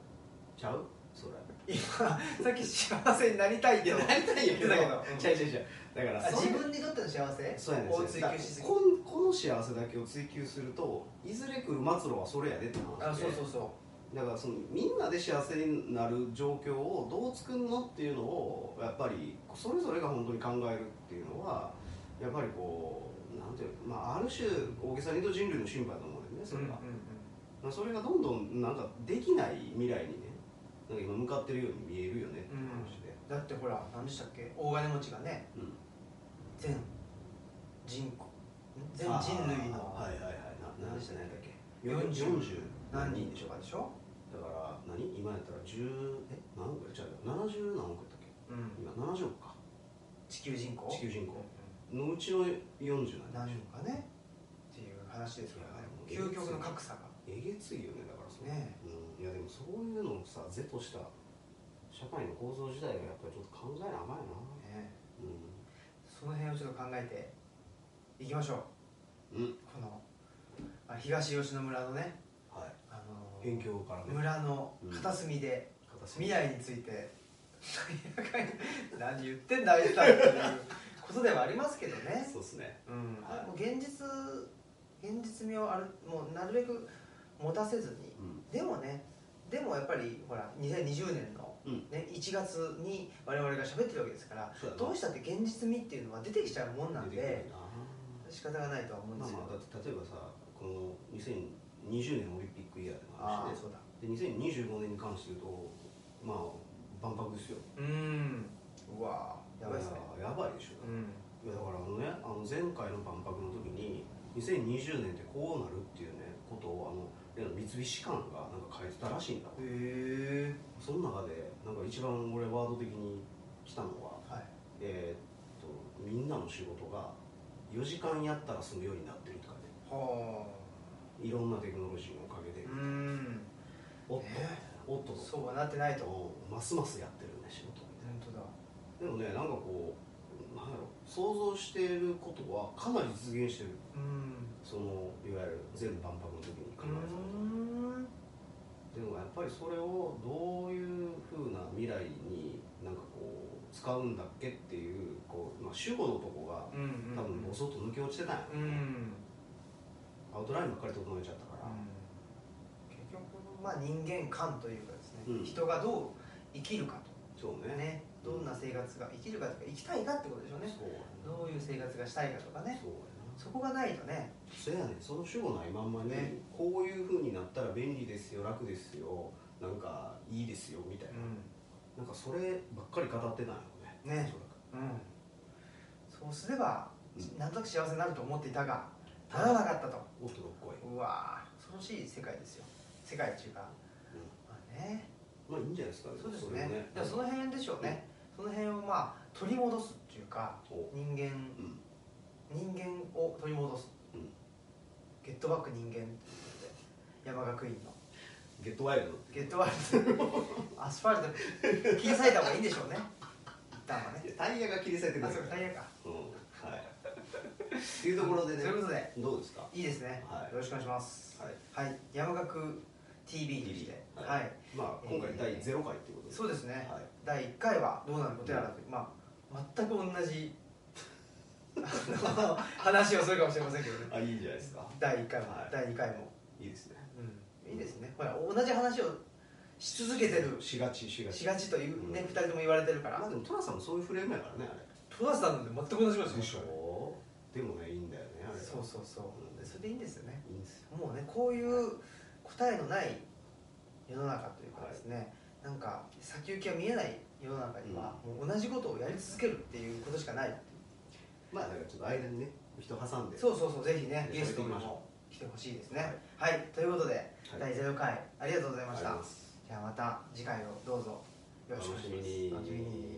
B: ちゃうそれ
A: 今さっき幸せになりたいって
B: いやなりたいんや (laughs) けど
A: だけどうん
B: ちゃうちゃうちゃうだから
A: あ
B: そ
A: 自
B: れ
A: 分にとっての幸せ
B: そうやねん
A: を追求しすぎ
B: こんこの幸せだけを追求するといずれ来る末路はそれやでって話で
A: あそうそうそ
B: だからそのみんなで幸せになる状況をどう作るのっていうのをやっぱりそれぞれが本当に考えるっていうのはやっぱりこうなんていうのまあ、ある種大げさに言うと人類の進歩だと思うんだよね
A: う
B: それ
A: う
B: が、
A: んうんうん
B: まあそれがどんどんなんかできない未来にねなんか今向かってるように見えるよねっていう話で、
A: だってほら何でしたっけ大金持ちがね
B: うん
A: 全人口ん全人類の
B: あーはいはいはいな何でしたねだっけ
A: 40
B: 40
A: 何人
B: 何人
A: で
B: で
A: し
B: し
A: ょ
B: ょ
A: うかでしょ、
B: だから何今やったら10え何億やっちゃうよ70何億やったっけ
A: うん、
B: 今70億か
A: 地球人口
B: 地球人口
A: う
B: のうちの40
A: ん
B: な
A: 何
B: んで
A: 人
B: しょ
A: かねっていう話ですからね
B: いや
A: 究極の格差が
B: えげついよねだからそれ
A: ね
B: うん、いやでもそういうのをさ是とした社会の構造自体がやっぱりちょっと考えなあかんよな
A: ね
B: う、
A: その辺をちょっと考えていきましょうん
B: うん、
A: このあ東吉野村のね、
B: はい
A: あのー
B: 辺境からね
A: 村の片隅で
B: 片隅
A: 未来について何やかんや何言ってんだあいつらっていうことではありますけどね
B: そうっすね
A: うん、
B: はい
A: もう現実現実味をあるもうなるべく持たせずに
B: うん
A: でもねでもやっぱりほら2020年の、
B: うん
A: ね1月に我々が喋ってるわけですから
B: そうやな
A: どうしたって現実味っていうのは出てきちゃうもんなん
B: 出て
A: で
B: くるな
A: 仕方がないとは思うん
B: ま
A: で
B: あ
A: すよ
B: まあだって例えばさこの2020年オリンピックイヤーでも
A: あ
B: ある
A: あ
B: し
A: そ
B: ね
A: うだ
B: で2025年に関して言うとまあ万博ですよ
A: うんうわーやばいっすね
B: ややばいでしょ、
A: うん
B: いやだからあのねあの前回の万博の時に2020年ってこうなるっていうねことをあの例の三菱館がなんか書いてたらしいんだ
A: へえ
B: その中でなんか一番俺ワード的に来たのは
A: はい
B: えーっとみんなの仕事が4時間やったら済むようになってるとかね
A: はい
B: ろんなテクノロジーのおかげで
A: あうん
B: おっと、
A: ね
B: おっとと
A: そうはなってないと
B: うんますますやってるね仕事
A: 本当だ
B: でもねなんかこうなんやろ想像していることはかなり実現してる
A: うん
B: そのいわゆる全部万博の時に考
A: う
B: えたこと
A: ん
B: でもやっぱりそれをどういうふうな未来になんかこう使うんだっけっていうこう、まあ、主語のとこが
A: うんうん
B: 多分ぼそっと抜け落ちてたんや
A: うん、うん
B: アウトラインばっかり整えちゃったから、
A: 結局まあ人間観というかですね、
B: うん
A: 人がどう生きるか
B: そう
A: と
B: ね
A: ねどんな生活が生きるかとか生きたいかってことでしょうね
B: そうやな
A: どういう生活がしたいかとかね
B: そう
A: そこがないとね
B: やなそやねその主語ないまんまね
A: ね
B: こういうふうになったら便利ですよ楽ですよなんかいいですよみたいな、なんかそればっかり語ってたんやろね
A: ねうん、そうすれば、
B: うん
A: なんとなく幸せになると思っていたが
B: うん
A: ならなかったと
B: おっとどっこい、
A: うわー恐ろしい世界ですよ世界っていうか
B: うん
A: まあね
B: まあいいんじゃないですか
A: そうです
B: れ
A: ね
B: も
A: でもその辺でしょうね、その辺をまあ取り戻すっていうか
B: お
A: 人間
B: うん
A: 人間を取り戻す、
B: うん
A: ゲットバック人間っていうことで山学院の
B: ゲットワイルド
A: ゲットワールドアスファルト切り裂いた方がいいんでしょうね一旦はね
B: いやタイヤが切り裂いてく
A: あ
B: る
A: そうかタイヤか
B: うんはいっていうところでね
A: ということで
B: どうですかはい
A: いですね、
B: はい
A: よろしくお願いしますはい、山学 TV でして
B: はい
A: はい、
B: まあ今回第0回っていうことです
A: そうですね、
B: はい
A: 第1回はどうなることやらという、まあ全く同じ (laughs) あの話をするかもしれませんけどね
B: あいいじゃないですか
A: 第1回も、
B: はい
A: 第2回も
B: いいですね
A: うんいいですねほら同じ話をし続けてる
B: しがちしがち
A: しがちというね、
B: うん
A: 二人とも言われてるか
B: まあ
A: ら
B: でもトラさんもそういうフレームやからねあ
A: トラスさんなんて全く同じこ
B: れ
A: とですよ
B: ょでもねいいんだよねあれは
A: そうそうそう
B: うん
A: それでいいんですよね
B: いいんですよ
A: もうねこういう答えのない世の中というかですね、なんか先行きが見えない世の中には、もう同じことをやり続けるっていうことしかない
B: まあだからちょっと間にね人挟んで
A: そうそうそうぜひね
B: ね
A: ゲスト
B: 喋っていき
A: に
B: ましょう
A: も来てほしいですねはい、ということで、第0回ありがとうございました
B: ありがとうございます
A: じゃあまた次回をどうぞよろしくお願いします
B: 楽
A: 楽
B: し
A: し
B: み
A: み
B: に
A: に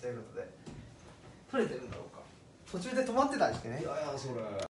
A: ということで撮れてるんだろうか途中で止まってたりしてね
B: いやいやそれ